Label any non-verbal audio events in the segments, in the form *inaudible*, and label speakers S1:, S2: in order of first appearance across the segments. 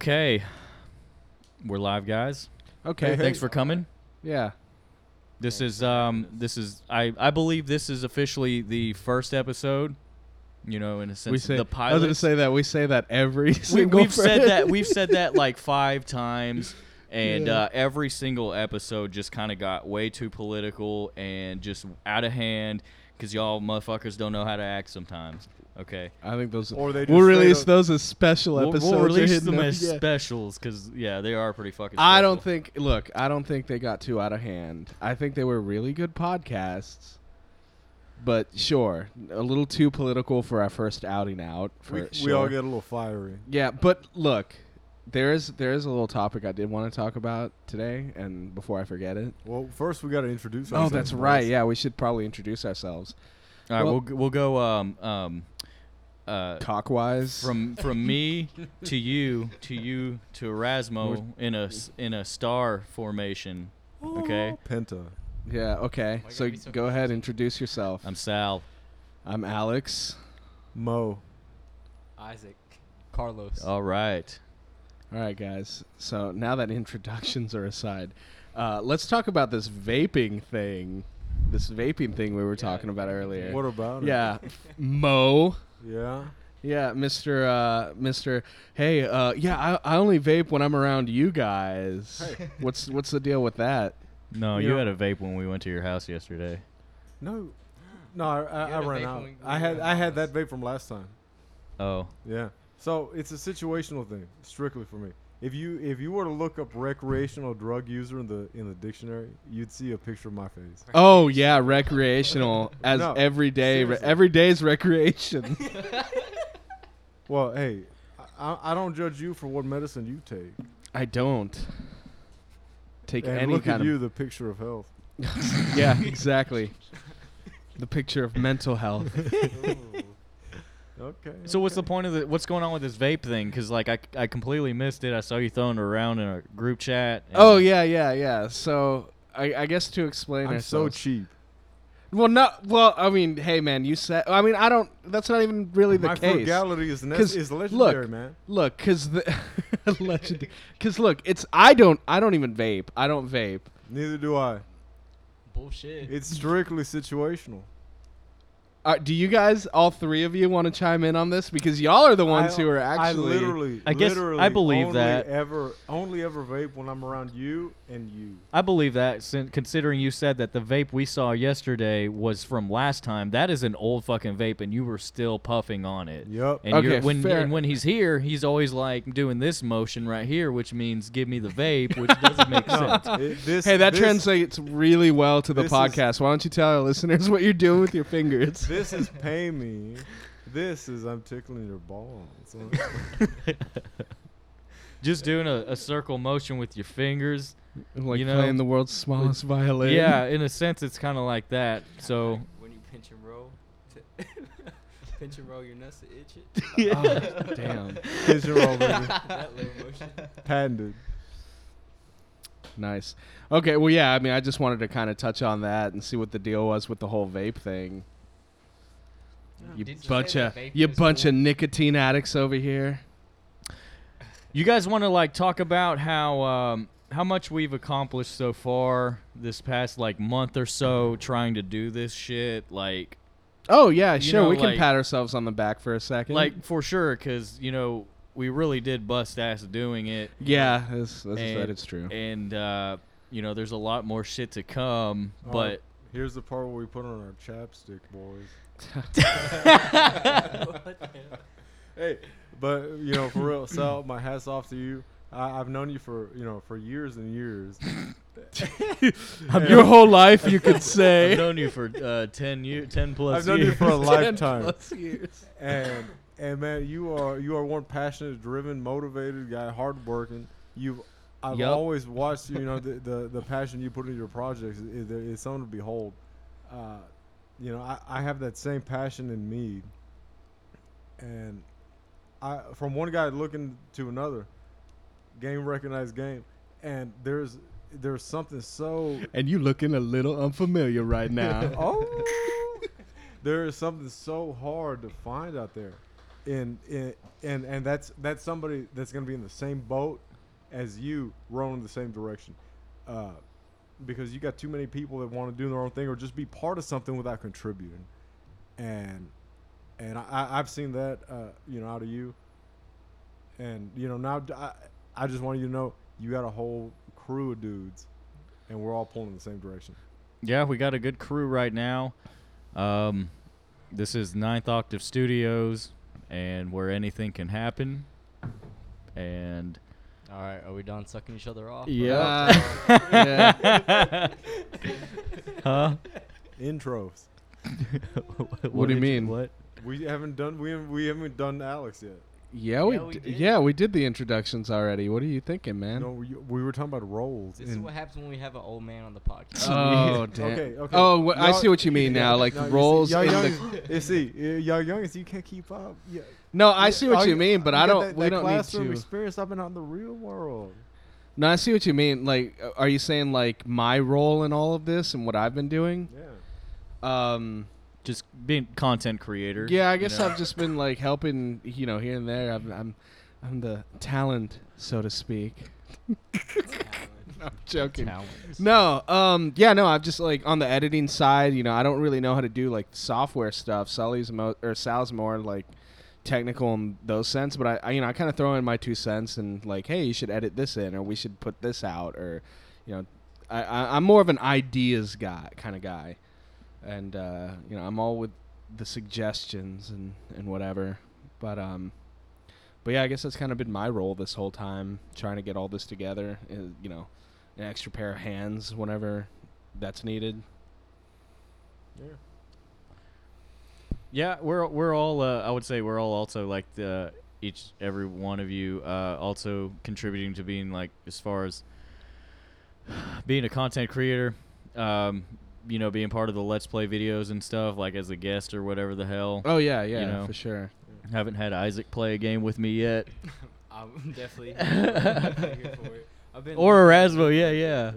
S1: Okay. We're live, guys.
S2: Okay.
S1: Thanks for coming.
S2: Yeah.
S1: This is um this is I I believe this is officially the first episode, you know, in a sense
S2: we say.
S1: the
S2: I was
S1: pilot.
S2: gonna say that we say that
S1: *laughs*
S2: every
S1: we,
S2: single.
S1: we've said
S2: Friday.
S1: that we've said
S2: *laughs*
S1: that like 5 times and
S2: Yeah.
S1: uh, every single episode just kind of got way too political and just out of hand cuz y'all motherfuckers don't know how to act sometimes. Okay.
S2: I think those.
S3: Or they
S2: we'll
S3: just say
S2: release
S3: that-
S2: those as special
S1: We'll, we'll
S2: episodes. They're *laughs*
S1: release
S2: hidden
S1: them
S2: up-
S1: as
S2: yeah.
S1: specials cuz yeah, they are pretty fucking
S2: I
S1: special.
S2: don't think. Look, I don't think they got too out of hand. I think they were really good podcasts. But sure, a little too political for our first outing out. For
S3: We, we
S2: sure.
S3: all get a little fiery.
S2: Yeah, but look, there is there is a little topic I did want to talk about today, and before I forget it.
S3: Well, first we got to introduce
S2: Oh,
S3: ourselves.
S2: that's
S3: boys.
S2: right. Yeah, we should probably introduce ourselves.
S1: All right,
S2: Well-
S1: we'll g- we'll go um um uh
S2: Cockwise.
S1: from from
S2: *laughs*
S1: me to you to you to Erasmo in a s- in a star formation.
S2: Oh.
S1: Okay,
S3: Penta.
S2: Yeah, okay.
S4: Why you
S2: So,
S4: gotta be so
S2: go ahead, introduce yourself.
S1: I'm Sal.
S2: I'm Alex.
S3: Mo.
S4: Isaac, Carlos.
S5: *laughs*
S1: All right,
S2: All right, guys. So now that *laughs* introductions are aside, uh, let's talk about this vaping thing. This vaping thing we were talking about earlier.
S3: What about it?
S2: yeah, *laughs* Mo.
S3: Yeah.
S2: Yeah, Mister uh, Mister. Hey, uh, yeah, I, I only vape when I'm around you guys. What's what's the deal with that?
S1: no,
S3: You
S1: you
S3: know-
S1: had a vape when we went to your house yesterday.
S3: No. No, I, I,
S4: You
S3: I
S4: had a
S3: ran
S4: vape
S3: out.
S4: when we-
S3: I
S4: we
S3: had
S4: were
S3: I had
S4: homeless.
S3: that vape from last time.
S1: Oh,
S3: Yeah. So it's a situational thing, strictly for me. If you if you were to look up recreational drug user in the in the dictionary, you'd see a picture of my face.
S2: Oh yeah, recreational as
S3: No,
S2: every day. Re-
S3: seriously.
S2: every day's
S3: *laughs*
S2: recreation.
S3: Well, hey, I, I don't judge you for what medicine you take.
S2: I don't take
S3: and
S2: any
S3: look
S2: kind
S3: at
S2: of
S3: you, the picture of health.
S2: *laughs* *laughs* yeah, exactly. The
S4: *laughs*
S2: picture of mental
S3: *laughs*
S2: health. *laughs*
S3: Okay.
S1: so what's the point of the what's going on with this vape thing? Because like I, I completely missed it. I saw you throwing it around in a group chat. and-
S2: Oh yeah, yeah, yeah. So I, I guess to explain,
S3: I'm so
S2: ourselves-
S3: cheap.
S2: well, not well. I mean, hey man, you said. I mean, I don't. That's not even really the
S3: My
S2: case.
S3: frugality is, nec-
S2: 'Cause
S3: is
S2: look,
S3: legendary, man.
S2: Look, cause the *laughs* legend. Cause look, it's I don't. I don't even vape. I don't vape.
S3: Neither do I.
S5: *laughs*
S4: Bullshit.
S3: It's strictly situational.
S2: Uh, do you guys, all three of you, want to chime in on this? Because y'all are the ones
S3: I-
S2: who are
S3: I
S2: actually.
S3: literally,
S1: I guess I
S3: literally
S1: believe
S3: only
S1: that.
S3: Ever only ever vape when I'm around you and you.
S1: I believe that, sin- considering you said that the vape we saw yesterday was from last time. That is an old fucking vape, and you were still puffing on it.
S3: Yup.
S1: And
S2: Okay,
S1: you're, when
S2: fair.
S1: and when he's here, he's always like doing this motion right here, which means give me the vape, which doesn't
S2: *laughs*
S1: make sense.
S3: It- this,
S2: Hey, that
S3: this,
S2: translates really well to the
S3: this is-
S2: podcast. Why don't you tell our listeners what you're doing with your *laughs* fingers?
S3: This is pay me. This is I'm tickling your balls.
S1: Just doing a, a circle motion with your fingers.
S2: Like
S1: You know-
S2: playing the world's smallest violin.
S1: Yeah,
S2: *laughs*
S1: in a sense, it's kind of like that. So
S4: when you pinch and roll, t-
S5: *laughs*
S4: pinch and roll your nuts to itch it.
S2: Oh, damn.
S3: Kids
S2: *laughs*
S3: are already
S4: that little motion.
S3: patented.
S2: Nice. Okay. Well, yeah. I mean, I just wanted to kind of touch on that and see what the deal was with the whole vape thing. You
S4: Oh, Did you say
S2: bunch
S4: that
S2: of
S4: vape
S2: you
S4: was
S2: bunch
S4: cool?
S2: of nicotine addicts over here.
S1: you guys want to like talk about how um, how much we've accomplished so far this past like month or so trying to do this shit, like.
S2: Oh yeah,
S1: You
S2: sure.
S1: know,
S2: we can
S1: like-
S2: pat ourselves on the back for a second.
S1: Like for sure, because you know we really did bust ass doing it,
S2: yeah, this, this is
S1: And-
S2: that it's *laughs* true.
S1: and uh, you know there's a lot more shit to come.
S3: Oh,
S1: But
S3: here's the part where we put on our chapstick, boys.
S5: *laughs*
S4: *laughs* What the hell?
S3: Hey, but you know, for real, Sal, my hats off to you. I, I've known you for you know for years and years.
S2: Your whole life, you *laughs* could
S1: I've
S2: say.
S1: known you for uh, ten year, *laughs* ten plus
S3: I've known you
S1: years.
S3: for a lifetime.
S2: Plus years.
S3: and and man, you are you are one passionate, driven, motivated guy, hardworking. You've I've
S1: Yup.
S3: always watched you know the, the the passion you put into your projects is, is something to behold. Uh, you know, I, I have that same passion in me, and I from one guy looking to another, game recognized game, and there's there's something so
S2: And you looking a little unfamiliar right *laughs* now.
S3: *laughs* oh, there is something so hard to find out there. in, in and and that's that's somebody that's going to be in the same boat as you rowing in the same direction uh, because you got too many people that want to do their own thing or just be part of something without contributing and and I, I- I've seen that uh, you know out of you and you know now d- I, I just want you to know you got a whole crew of dudes and we're all pulling in the same direction
S1: Yeah, we got a good crew right now. Um, this is Ninth Octave Studios, and where anything can happen. *laughs* And
S5: All right, are we done sucking each other off?
S1: Yeah.
S2: Uh, yeah.
S5: *laughs*
S1: huh?
S3: intros
S1: what,
S2: do
S1: did
S2: you mean?
S1: What?
S3: we haven't done we haven't, we haven't done Alex yet
S2: Yeah, we,
S4: Yeah, we
S2: d-
S4: did.
S2: yeah we did the introductions already. What are you thinking, man?
S3: no we, we were talking about roles
S5: This is
S3: and-
S5: what happens when we have an old man on the podcast.
S2: Oh damn.
S3: *laughs* Okay, okay.
S2: Oh, wha- I
S3: Y'all-
S2: see what you mean now. Like
S3: No, you see-
S2: roles.
S3: y'all
S2: in
S3: young
S2: the,
S3: is- you see, y- y'all young is you can't keep up. Yeah,
S2: no, I see what
S3: All
S2: you mean, but I
S3: Oh, got
S2: don't.
S3: That,
S2: we
S3: that
S2: don't need
S3: classroom
S2: to.
S3: experience. I've been out in the real world.
S2: No, I see what you mean. Like, uh, are you saying like my role in all of this and what I've been doing?
S3: Yeah,
S2: Um,
S1: Just being content creator.
S2: yeah, I guess
S1: know?
S2: I've just been like helping, you know, here and there. I'm, I'm, I'm the talent, so to speak. *laughs* I'm joking.
S5: Talents.
S2: No, um, yeah, no, I'm just like on the editing side. You know, I don't really know how to do like software stuff. Sully's mo- or Sal's more like technical in those sense, but I, I you know, I kind of throw in my two cents and like, hey, you should edit this in, or we should put this out, or you know, I, I I'm more of an ideas guy kind of guy, and uh, you know, I'm all with the suggestions and and whatever, but um. But yeah, I guess that's kind of been my role this whole time, trying to get all this together. Is, you know, an extra pair of hands whenever that's needed.
S3: yeah.
S1: Yeah, we're we're all. Uh, I would say we're all also like the each every one of you uh, also contributing to being like as far as being a content creator. Um, you know, being part of the Let's Play videos and stuff, like as a guest or whatever the hell.
S2: Oh yeah, yeah,
S1: You know.
S2: for sure.
S1: Haven't had Isaac play a game with me yet,
S4: *laughs* I'm definitely definitely here for it. I've been
S1: or Erasmo. Yeah, yeah.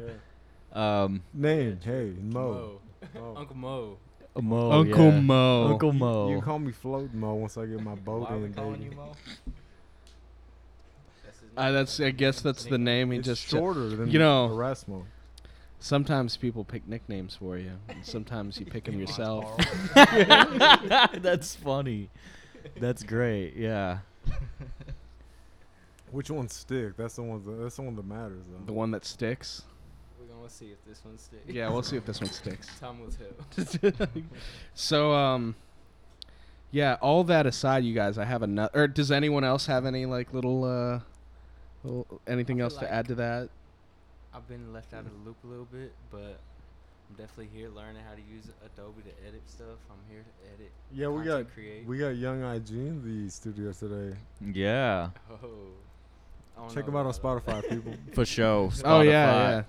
S3: yeah.
S1: Um,
S3: Name, hey, Mo.
S4: Mo.
S3: Mo.
S4: Uncle Mo.
S1: Mo.
S2: Uncle
S1: yeah.
S2: Mo.
S1: Uncle Mo. *laughs*
S3: You can call me Float Mo once I get my boat
S5: *laughs* Why are
S3: in.
S5: we calling
S3: baby.
S5: you Mo?
S4: That's his
S2: Uh, that's. I
S4: nickname.
S2: guess that's the name. He
S3: It's
S2: just.
S3: shorter than
S2: you know-
S3: Erasmo.
S2: Sometimes people pick nicknames for you. And sometimes you
S4: *laughs*
S2: pick them
S5: You want to
S2: yourself.
S5: borrow?
S1: That's funny. That's great. Yeah.
S3: Which ones stick? That's the one. That, that's the one that matters. Though.
S2: The one that sticks.
S4: We're gonna see if this one sticks.
S2: Yeah,
S4: *laughs*
S2: we'll see if this one sticks.
S4: Time will tell.
S2: So um, yeah. All that aside, you guys, I have another. Or does anyone else have any like little uh, little, anything
S4: feel
S2: else
S4: like-
S2: to add to that?
S4: *laughs* I've been left out of the loop a little bit, but I'm definitely here learning how to use Adobe to edit stuff. I'm here to edit.
S3: yeah, we got
S4: content create.
S3: we got Young IG in the studio today.
S1: Yeah.
S4: oh, I don't
S3: Check
S4: know
S3: him out on
S4: about
S3: Spotify,
S4: *laughs*
S3: people.
S1: For show. Spotify.
S2: Oh yeah, Uh,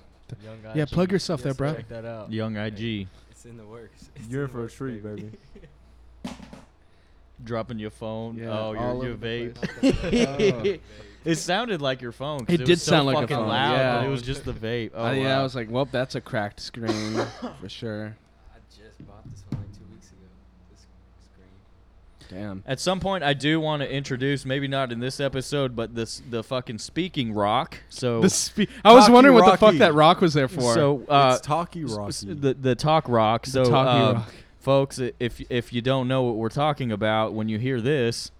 S5: Young
S2: yeah. Yeah,
S5: IG.
S2: plug yourself there,
S4: Yes,
S2: bro.
S4: sir.
S5: Check that out.
S1: Young IG
S4: that. It's in the works. *laughs* It's
S3: You're in
S4: the
S3: for a
S4: works,
S3: treat,
S4: *laughs*
S3: baby.
S1: dropping your phone.
S2: Yeah,
S1: oh,
S2: all
S1: your, your
S2: over the
S1: vape.
S2: Oh.
S1: *laughs* It sounded like your phone. 'cause
S2: It
S1: was
S2: did
S1: so
S2: sound like a
S1: fucking
S2: phone,
S1: Loud, but
S2: yeah.
S1: it was just the vape. Oh
S2: Uh, yeah,
S1: wow.
S2: I was like, well, that's a cracked screen for sure.
S4: I just bought this one like two weeks ago. This screen.
S1: *laughs*
S2: Damn.
S1: At some point, I do want to introduce, maybe not in this episode, but this the fucking speaking rock. So
S2: The spe- I was
S3: Talkie
S2: wondering what the
S3: Rocky.
S2: fuck that rock was there for.
S1: so uh,
S3: it's Talkie
S1: s-
S3: Rocky.
S1: s- the the talk rock. So
S2: Talkie
S1: um,
S2: Rock.
S1: folks, i- if if you don't know what we're talking about, when you hear this,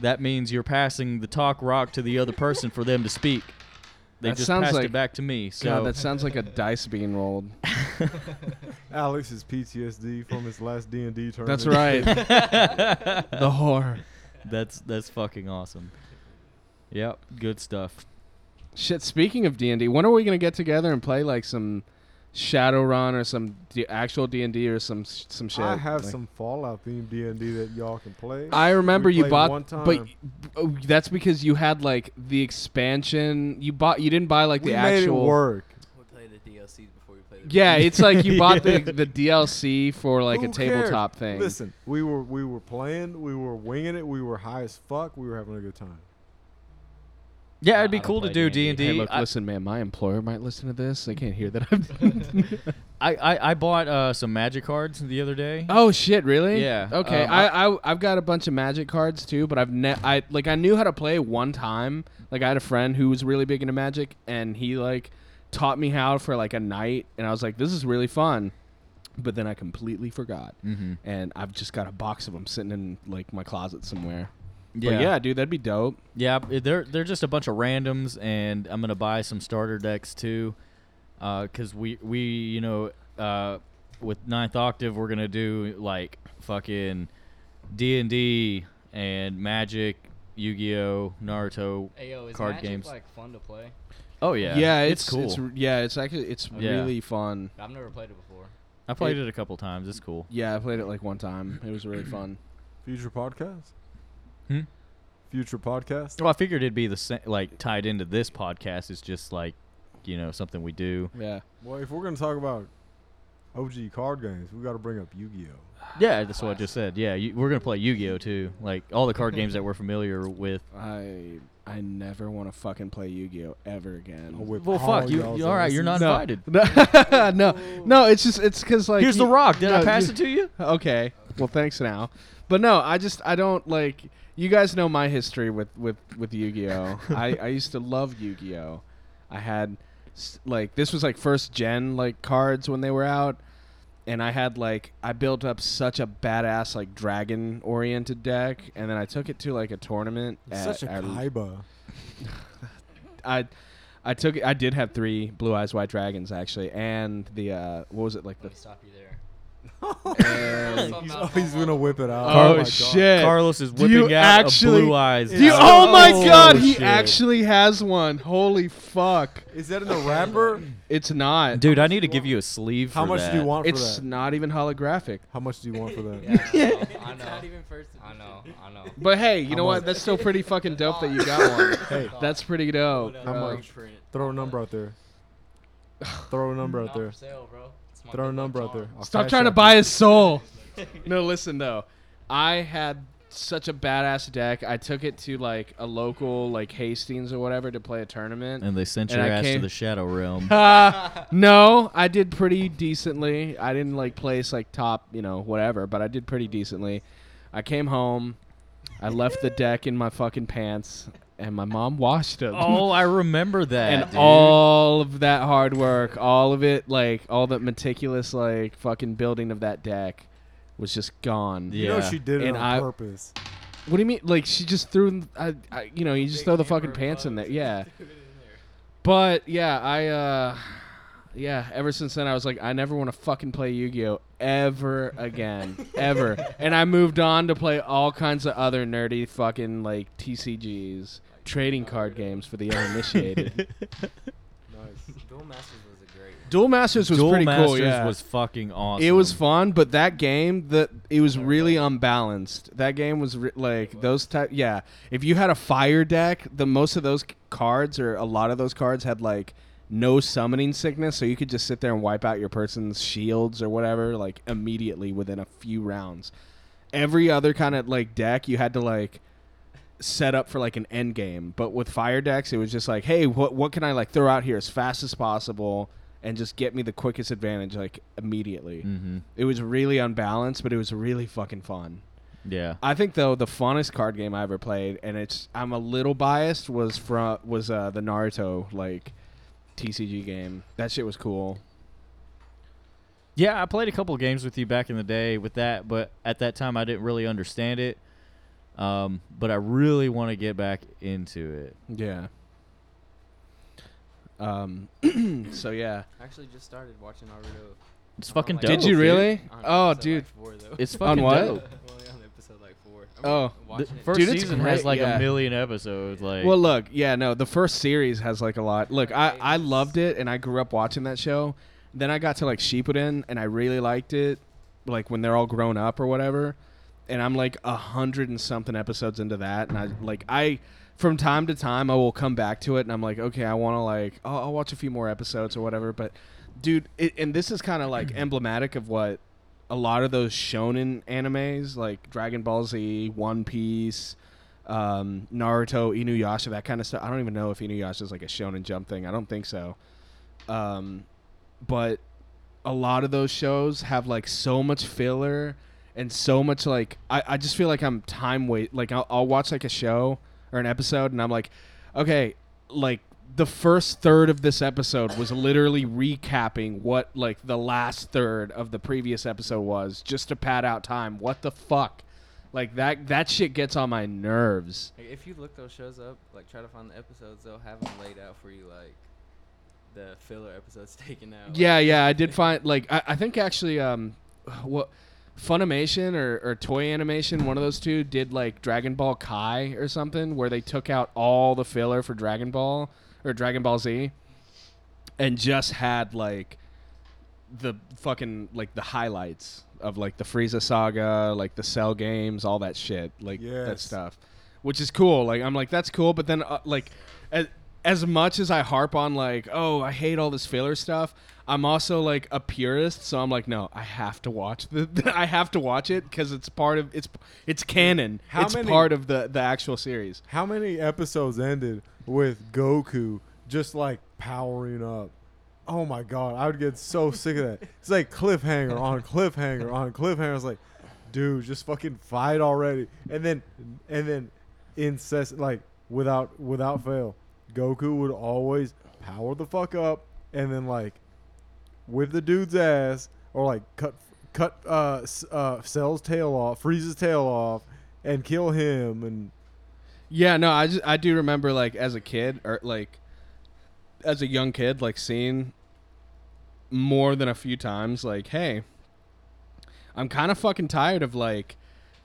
S1: that means you're passing the talk rock to the other person for them to speak. They
S2: That
S1: just
S2: sounds
S1: passed
S2: like-
S1: it back to me. So
S2: God,
S1: *laughs*
S2: that sounds like a dice being rolled.
S3: Alex is PTSD from his last D and D tournament.
S2: That's
S1: *laughs*
S2: right. the horror. *laughs*
S1: that's that's fucking awesome. Yep, good stuff.
S2: Shit. Speaking of D and D, when are we gonna get together and play like some Shadowrun or some D- actual D and D or some sh- some shit?
S3: *laughs* I have
S2: Like-
S3: some Fallout themed D and D that y'all can play.
S2: I remember
S3: We
S2: you
S3: played
S2: bought,
S3: one
S2: but
S3: time.
S2: oh, that's because you had like the expansion. You bought. You didn't buy like
S3: we
S2: the
S3: made
S2: actual.
S3: it work.
S4: We play the DLCs before we play the.
S2: Yeah, it's like
S3: *laughs*
S2: you bought
S1: Yeah.
S2: the the DLC for like a
S3: Who cares?
S2: tabletop thing.
S3: Listen, we were we were playing, we were winging it, we were high as fuck, we were having a good time.
S1: Yeah,
S5: I-
S1: it'd be
S5: I don't
S1: cool to
S5: play
S1: do D
S5: D&D.
S1: and
S2: Hey,
S1: D.
S2: look, listen, man. My employer might listen to this. They can't hear that. I've
S1: *laughs*
S2: *laughs*
S1: I I I bought uh, some magic cards the other day.
S2: oh shit, really?
S1: Yeah,
S2: Okay.
S1: um,
S2: I, I I've got a bunch of magic cards too, but I've ne- I like I knew how to play one time. Like I had a friend who was really big into magic, and he like taught me how for like a night, and I was like, this is really fun. But then I completely forgot,
S1: Mm-hmm.
S2: and I've just got a box of them sitting in like my closet somewhere. Yeah, but yeah, dude, that'd be dope.
S1: Yeah, b- they're they're just a bunch of randoms, and I'm gonna buy some starter decks too, because we we you know uh, with ninth octave we're gonna do like fucking D and D and Magic, Yu Gi Oh, Naruto.
S5: Ayo, is
S1: Card
S5: Magic,
S1: games.
S5: like fun to play?
S1: Oh yeah,
S2: it's,
S1: cool.
S2: It's, r- yeah, it's actually it's
S1: Yeah.
S2: really fun.
S5: I've never played it before.
S1: I played
S2: it-
S1: it, a couple times. It's cool.
S2: Yeah, I played it like one time. It was really fun.
S3: Future podcast.
S1: Hmm?
S3: Future podcast.
S1: Well, I figured it'd be the same, like tied into this podcast. It's just like you know something we do.
S2: Yeah.
S3: Well, if we're gonna talk about OG card games, we got to bring up Yu-Gi-Oh.
S1: Yeah, that's what I just said. Yeah, you, we're gonna play Yu Gi Oh too, like all the card games that we're familiar with.
S2: I I never want to fucking play Yu-Gi-Oh ever again.
S3: I'll whip
S1: Well,
S3: all
S1: fuck you.
S3: y'all's
S1: you all right, you're not
S2: No.
S1: invited.
S2: *laughs* no, no, it's just it's because like
S1: Here's the
S2: you-
S1: rock. Did I
S2: no,
S1: pass
S2: you-
S1: it to you?
S2: *laughs* Okay, well thanks now, but no, I just I don't like you guys know my history with with
S1: *laughs*
S2: with Yu-Gi-Oh. I I used to love Yu-Gi-Oh. I had s- like this was like first gen like cards when they were out. And I had like I built up such a badass like dragon oriented deck, and then I took it to like a tournament.
S3: asses. Such a
S2: at, at
S3: kaiba.
S2: I I took I did have three blue eyes white dragons actually, and the uh what was it like the
S5: Let me stop you
S2: *laughs*
S5: there.
S3: *laughs*
S2: and-
S5: Somehow
S3: *laughs* He's
S5: I'll
S3: always gonna
S5: follow.
S3: whip it out.
S2: oh,
S3: my God.
S2: shit!
S1: Carlos is
S2: Do you
S1: whipping out
S2: actually-
S1: a blue eyes.
S2: Do you,
S1: Yeah.
S2: oh my
S3: Oh,
S2: god, he
S3: shit.
S2: actually has one. Holy fuck!
S3: Is that in the wrapper?
S2: It's not,
S1: dude, I need to give you a sleeve.
S3: How
S1: for
S3: much
S1: that.
S3: do you want *laughs* for
S2: It's
S3: that?
S2: not even holographic.
S3: How much do you want for
S4: *laughs*
S3: that?
S5: Yeah, I know. I
S4: It's not
S5: know.
S4: even first.
S5: I know. I
S2: *laughs*
S5: know.
S2: But hey, you
S3: How
S2: know what?
S3: much?
S2: That's still pretty fucking dope that you
S3: *laughs*
S2: got one.
S3: Hey,
S2: That's pretty dope.
S3: How
S2: Uh,
S3: much? Throw a number out there. Throw a number out
S5: Not for
S4: *laughs*
S3: there.
S5: sale, bro. It's my
S3: Throw a
S5: big
S3: number
S5: lunch
S3: out there.
S5: arm.
S3: I'll
S2: Stop
S3: cash
S2: trying to
S3: app
S2: buy
S3: you.
S2: his soul.
S5: *laughs*
S4: *laughs*
S2: no, listen though. I had such a badass deck. I took it to like a local like Hastings or whatever to play a tournament.
S1: And they sent
S2: And
S1: your
S2: I
S1: ass
S2: came-
S1: to the shadow realm. *laughs*
S2: Uh, no, I did pretty decently. I didn't like place like top, you know, whatever, but I did pretty decently. I came home. I left the deck in my fucking pants and my mom washed them.
S1: oh, I remember that.
S2: *laughs* and
S1: dude. *laughs*
S2: all of that hard work, all of it like all that meticulous like fucking building of that deck was just gone.
S1: Yeah.
S3: You know she did it
S2: And
S3: on
S2: I-
S3: purpose.
S2: What do you mean? Like she just threw, I, I, you know, you just
S5: Big
S2: throw the
S5: hammer
S2: fucking pants in there.
S5: *laughs* bugs.
S2: Yeah.
S5: Threw it in there.
S2: But yeah, I uh yeah, ever since then I was like I never want to fucking play Yu-Gi-Oh ever again, ever. And I moved on to play all kinds of other nerdy fucking like TCGs, trading card games for the uninitiated.
S3: Nice.
S4: Duel Masters was a great one.
S2: Duel Masters was
S1: Duel
S2: pretty
S1: Masters
S2: cool, yeah.
S1: was fucking awesome.
S2: it was fun, but that game, the it was really unbalanced. That game was re- like those type. Yeah, if you had a fire deck, the most of those c- cards or a lot of those cards had like no summoning sickness, so you could just sit there and wipe out your person's shields or whatever like immediately within a few rounds. Every other kind of like deck, you had to like set up for like an end game. But with fire decks, it was just like, hey, what what can I like throw out here as fast as possible and just get me the quickest advantage like immediately.
S1: hmm
S2: It was really unbalanced, but it was really fucking fun.
S1: Yeah.
S2: I think though the funnest card game I ever played, and it's I'm a little biased, was from was uh, the Naruto like TCG game. That shit was cool.
S1: Yeah, I played a couple games with you back in the day with that, but at that time I didn't really understand it. Um, but I really want to get back into it.
S2: Yeah. Um. *clears throat* so yeah.
S4: I actually just started watching Naruto.
S1: It's
S4: I'm on,
S1: fucking
S4: like,
S1: dope.
S2: Did you
S1: dude.
S2: really?
S4: I'm on
S2: Oh,
S4: episode,
S2: dude.
S4: like, four, though.
S1: It's fucking
S2: what?
S4: I'm
S1: dope.
S4: only on episode like four. I'm
S2: Oh.
S1: The
S4: watching it.
S1: first
S2: Dude, it's
S1: season
S2: great,
S1: has like
S2: yeah.
S1: a million episodes. Like,
S2: Well, look, yeah, no, the first series has like a lot. Look, I, I loved it and I grew up watching that show. Then I got to like Shippuden and I really liked it, like when they're all grown up or whatever. And I'm like a hundred and something episodes into that, and I like I from time to time I will come back to it and I'm like, okay, I want to like oh, I'll watch a few more episodes or whatever. But dude, it, and this is kind of like emblematic of what a lot of those shonen animes like Dragon Ball Z, One Piece, um, Naruto, Inuyasha, that kind of stuff. I don't even know if Inuyasha is like a Shonen Jump thing. I don't think so. Um, but a lot of those shows have like so much filler and so much like I, I just feel like I'm time wait like I'll, I'll watch like a show or an episode and I'm like okay like the first third of this episode was literally recapping what like the last third of the previous episode was just to pad out time what the fuck like that that shit gets on my nerves
S4: Like, if you look those shows up, like try to find the episodes, they'll have them laid out for you, like the filler episodes *laughs* taken out.
S2: Yeah, yeah, I did find like I, I think actually um what Funimation or, or Toy Animation, one of those two, did like Dragon Ball Kai or something, where they took out all the filler for Dragon Ball or Dragon Ball Z, and just had like the fucking like the highlights of like the Frieza saga, like the Cell games, all that shit, like that
S3: Yes.
S2: stuff, which is cool. Like I'm like that's cool, but then uh, like as, as much as I harp on like oh I hate all this filler stuff, I'm also like a purist, so I'm like no I have to watch the *laughs* I have to watch it because it's part of it's it's canon.
S3: How
S2: it's
S3: many-
S2: part of the the actual series.
S3: How many episodes ended with Goku just like powering up? Oh my god, I would get so sick of that. It's like cliffhanger on cliffhanger on cliffhanger. It's like, dude, just fucking fight already. And then and then incessant like without without fail, Goku would always power the fuck up and then like with the dude's ass or like cut cut uh, s- uh Cell's tail off, Frieza's tail off and kill him and
S2: Yeah, no, I just, I do remember like as a kid or like as a young kid like seeing more than a few times like hey, I'm kind of fucking tired of like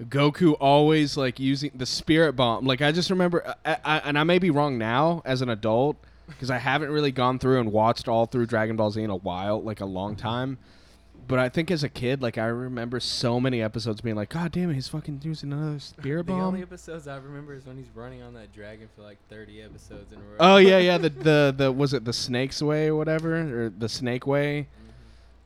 S2: Goku always like using the spirit bomb. Like I just remember uh, I, I, and I may be wrong now as an adult because I haven't really gone through and watched all through Dragon Ball Z in a while, like a long
S4: Mm-hmm.
S2: time. But I think as a kid, like I remember so many episodes being like, "God damn it, he's fucking using another spirit
S4: The
S2: bomb."
S4: only episodes I remember is when he's running on that dragon for like 30 episodes in a row.
S2: Oh yeah, yeah. The the the was it the snake's way or whatever, or the snake way.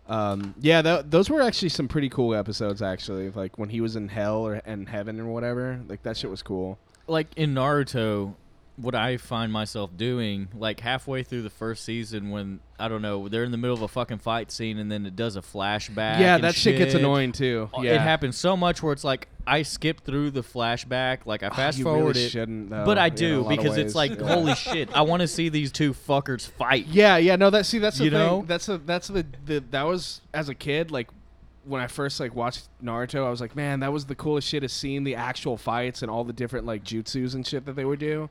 S2: Um, yeah, tho- those were actually some pretty cool episodes. Actually, like when he was in hell or and heaven or whatever, like that shit was cool.
S1: like in Naruto, what I find myself doing, like halfway through the first season, when I don't know, they're in the middle of a fucking fight scene, and then it does a flashback.
S2: yeah,
S1: and
S2: that shit. gets annoying too.
S1: Uh,
S2: Yeah,
S1: It happens so much where it's like I skip through the flashback, like I
S2: Oh,
S1: fast
S2: you really
S1: forward it,
S2: shouldn't, though,
S1: but I
S2: in a
S1: do
S2: lot of
S1: because
S2: ways.
S1: it's like
S2: Yeah.
S1: holy shit, I want to see these two fuckers fight.
S2: Yeah, yeah. No, that see, that's the
S1: You
S2: thing.
S1: know?
S2: That's the that's the, the that was as a kid like when I first like watched Naruto, I was like, man, that was the coolest shit is seeing the actual fights and all the different like jutsus and shit that they would do.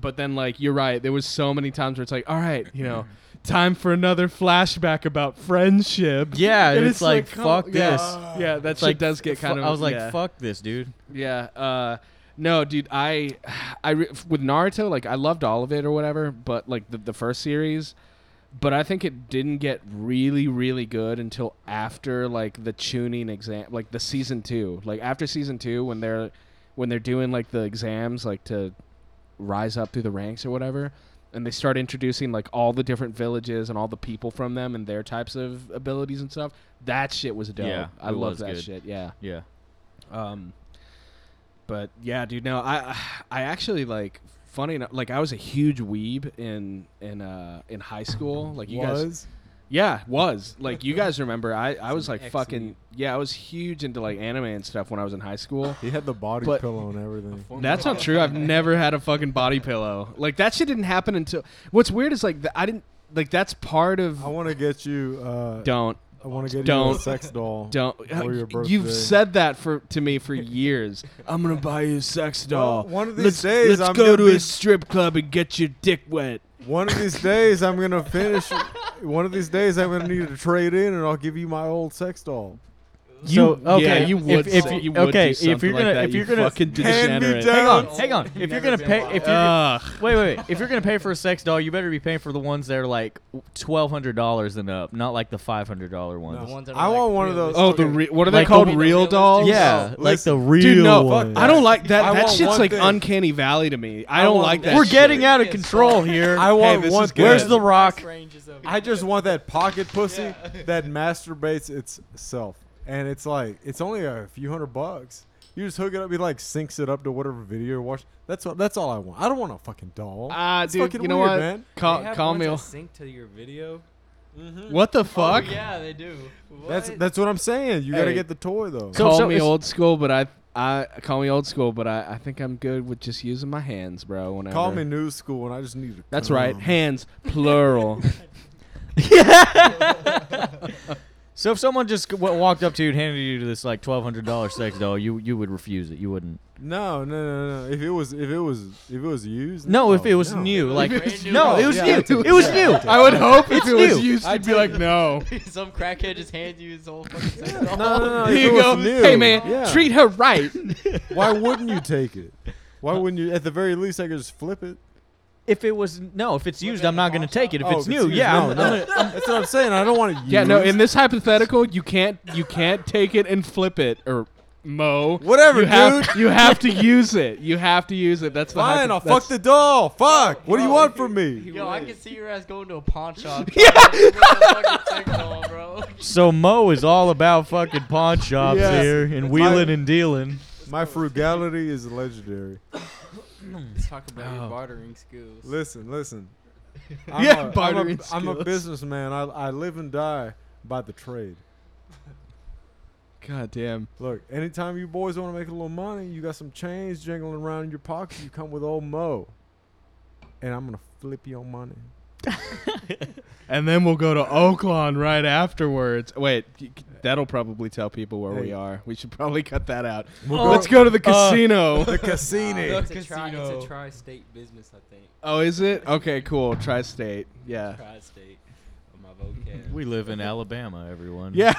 S2: But then like you're right, there was so many times where it's like, all right, you know, time for another flashback about friendship.
S1: Yeah, and
S2: And
S1: it's,
S2: it's
S1: like,
S2: like,
S1: fuck
S2: come-
S1: this.
S2: Yeah, that
S1: It's
S2: shit
S1: like
S2: does get
S1: fu-
S2: kind of.
S1: I was like,
S2: yeah.
S1: fuck this, dude.
S2: Yeah. Uh, no, dude, I, I re- with Naruto, like I loved all of it or whatever, but like the, the first series, but I think it didn't get really, really good until after like the tuning exam, like the season two, like after season two when they're, when they're doing like the exams, like to rise up through the ranks or whatever. And they start introducing like all the different villages and all the people from them and their types of abilities and stuff. That shit was dope.
S1: Yeah,
S2: I
S1: it
S2: love
S1: was
S2: that
S1: good.
S2: shit. Yeah.
S1: Yeah.
S2: Um, but yeah, dude. No, I I actually like funny enough. Like I was a huge weeb in in uh in high school. Like you guys,
S3: was.
S2: yeah, was like you guys remember. I I was like
S4: ex-weeb.
S2: fucking yeah. I was huge into like anime and stuff when I was in high
S3: *laughs*
S2: school.
S3: He had the body
S2: But-
S3: pillow and everything.
S2: That's not true. I've never had a fucking body pillow. Like that shit didn't happen until. What's weird is like th- I didn't like that's part of.
S3: I want to get you. Uh,
S2: don't
S3: I want to get you
S2: Don't.
S3: a sex doll.
S2: don't.
S3: For your birthday.
S2: You've said that for to me for
S3: *laughs*
S2: years. I'm gonna buy you a sex doll.
S3: Well, one of these
S2: let's,
S3: days
S2: let's
S3: I'm
S2: go
S3: gonna
S2: to
S3: be-
S2: a strip club and get your dick wet.
S3: One of these days, I'm gonna finish. one of these days, I'm gonna need to trade in, and I'll give you my old sex doll.
S1: So, okay,
S2: yeah, you
S1: if-
S2: would.
S1: if
S2: say-
S1: you-
S2: you would
S1: okay,
S2: do
S1: if
S2: something
S1: you're
S2: like
S1: gonna-
S2: that,
S1: if
S2: you
S1: you're gonna-
S2: fucking
S3: Hand me
S2: degenerate.
S3: down.
S1: Hang on,
S5: Oh,
S1: hang on. If you're
S5: never
S1: gonna
S5: been
S1: pay,
S5: wild.
S1: if you're
S2: Ugh.
S1: wait, wait, wait, if you're gonna pay for a sex doll, you better be paying for the ones that are like twelve hundred dollars and up, not like the five hundred dollar
S3: No.
S1: ones.
S5: ones that are,
S3: I
S5: like,
S3: want one of those.
S5: realistic.
S2: Oh, the
S5: *laughs*
S2: re- what are they
S1: Like the-
S2: called?
S1: the
S2: Real
S5: realistic-
S2: dolls?
S1: Yeah,
S3: No,
S1: like the real
S2: Dude, no,
S1: ones.
S2: I don't like that.
S3: I
S2: that
S3: want
S2: shit's
S3: one
S2: like
S3: thing.
S2: uncanny valley to me. I don't
S3: want-
S2: like that.
S1: We're
S2: shit.
S1: getting out of
S5: Yes.
S1: control
S4: *laughs*
S1: here.
S3: I want
S2: this
S3: one.
S2: is good.
S1: Where's the
S3: thing.
S1: rock?
S5: Ranges of
S3: I just want that pocket
S1: *laughs*
S3: pussy
S5: Yeah.
S3: that masturbates itself, and it's like it's only a few hundred bucks. You just hook it up. He like syncs it up to whatever video you're watching. That's what. That's all I want. I don't want a fucking doll.
S2: Ah,
S3: It's
S2: dude,
S3: fucking
S2: you know
S3: weird,
S2: what?
S3: man.
S2: Call,
S5: They have
S2: call
S5: ones
S2: me.
S5: that
S2: a-
S5: Sync to your video.
S2: What the fuck?
S5: Oh, yeah, they do.
S3: That's
S5: What?
S3: that's what I'm saying. You gotta
S2: Hey.
S3: get the toy though.
S1: So-
S2: call me
S1: it's-
S2: old school, but I, I call me old school, but I, I think I'm good with just using my hands, bro. Whenever.
S3: Call me Um. new school, and I just need to.
S2: That's right,
S3: come.
S2: hands plural.
S1: So if someone just w- walked up to you and handed you this like twelve hundred dollar sex doll, you you would refuse it. You wouldn't.
S3: No, no, no, no. If it was, if it was, if it was used.
S1: No, if it was
S3: Oh, no. *laughs*
S1: new, like
S5: Brand new
S1: no,
S5: doll.
S1: it was
S3: Yeah,
S1: new.
S3: I'd take
S1: It was
S3: that.
S1: new.
S2: I would hope if
S1: It's
S2: it was
S1: new.
S2: used, I'd be like, no.
S5: *laughs* Some crackhead just hands you his whole fucking sex
S3: No,
S5: doll.
S2: *laughs*
S3: no, no.
S2: Here
S3: if
S2: you
S3: it was
S2: go.
S3: new,
S2: Hey man,
S3: yeah.
S2: treat her
S3: *laughs*
S2: right.
S3: Why wouldn't you take it? Why wouldn't you? At the very least, I could just flip it.
S1: If it was no, if it's
S5: Flip
S1: used,
S5: it
S1: I'm not
S5: and
S1: gonna
S5: toss
S1: take
S5: it.
S1: it. If
S3: Oh,
S1: it's
S3: if it's
S1: new,
S3: used,
S1: yeah,
S3: no,
S1: I'm,
S3: no.
S1: I'm gonna, I'm-
S3: *laughs* That's what I'm saying. I don't want to.
S2: Yeah, no. In this hypothetical, you can't you can't take it and flip it or mo.
S3: Whatever,
S2: you have,
S3: dude.
S2: You have
S3: *laughs*
S2: to use it. You have to use it. That's the
S3: Fine,
S2: hypo-
S3: I'll fuck
S2: that's-
S3: the doll. Fuck. What do you
S5: Yo,
S3: want
S5: he-
S3: from me?
S5: *laughs* Yo, I
S4: would.
S5: can see your ass going to a pawn
S2: *laughs*
S5: shop. yeah. fucking sex doll, bro.
S1: so Mo is all about fucking pawn shops
S3: Yes.
S1: here
S3: It's
S1: and wheeling
S3: my-
S1: and dealing.
S3: My frugality is legendary.
S5: Let's *laughs* talk about
S1: Oh.
S5: your bartering skills.
S2: *laughs*
S3: Listen, listen.
S2: Yeah,
S3: a-
S2: bartering
S3: I'm a, I'm a
S2: skills.
S3: businessman. I, I live and die by the trade.
S2: God damn.
S3: Look, anytime you boys want to make a little money, you got some change jingling around in your pockets. You come with old Mo, and I'm gonna flip your money.
S2: And then we'll go to Oakland right afterwards. Wait, y- y- that'll probably tell people where we
S3: Hey.
S2: are. We should probably cut that
S3: *laughs*
S2: out.
S3: We'll
S1: Oh.
S2: Let's go to the
S1: Uh,
S2: casino.
S3: The
S5: Nah,
S4: *laughs*
S3: casino.
S5: it's, a tri- it's
S1: Casino.
S5: a tri-state business, I think.
S2: oh, is it? Okay, cool. Tri-state. Yeah.
S5: Tri-state. of My vocab.
S1: We live in Alabama, everyone.
S2: Yeah.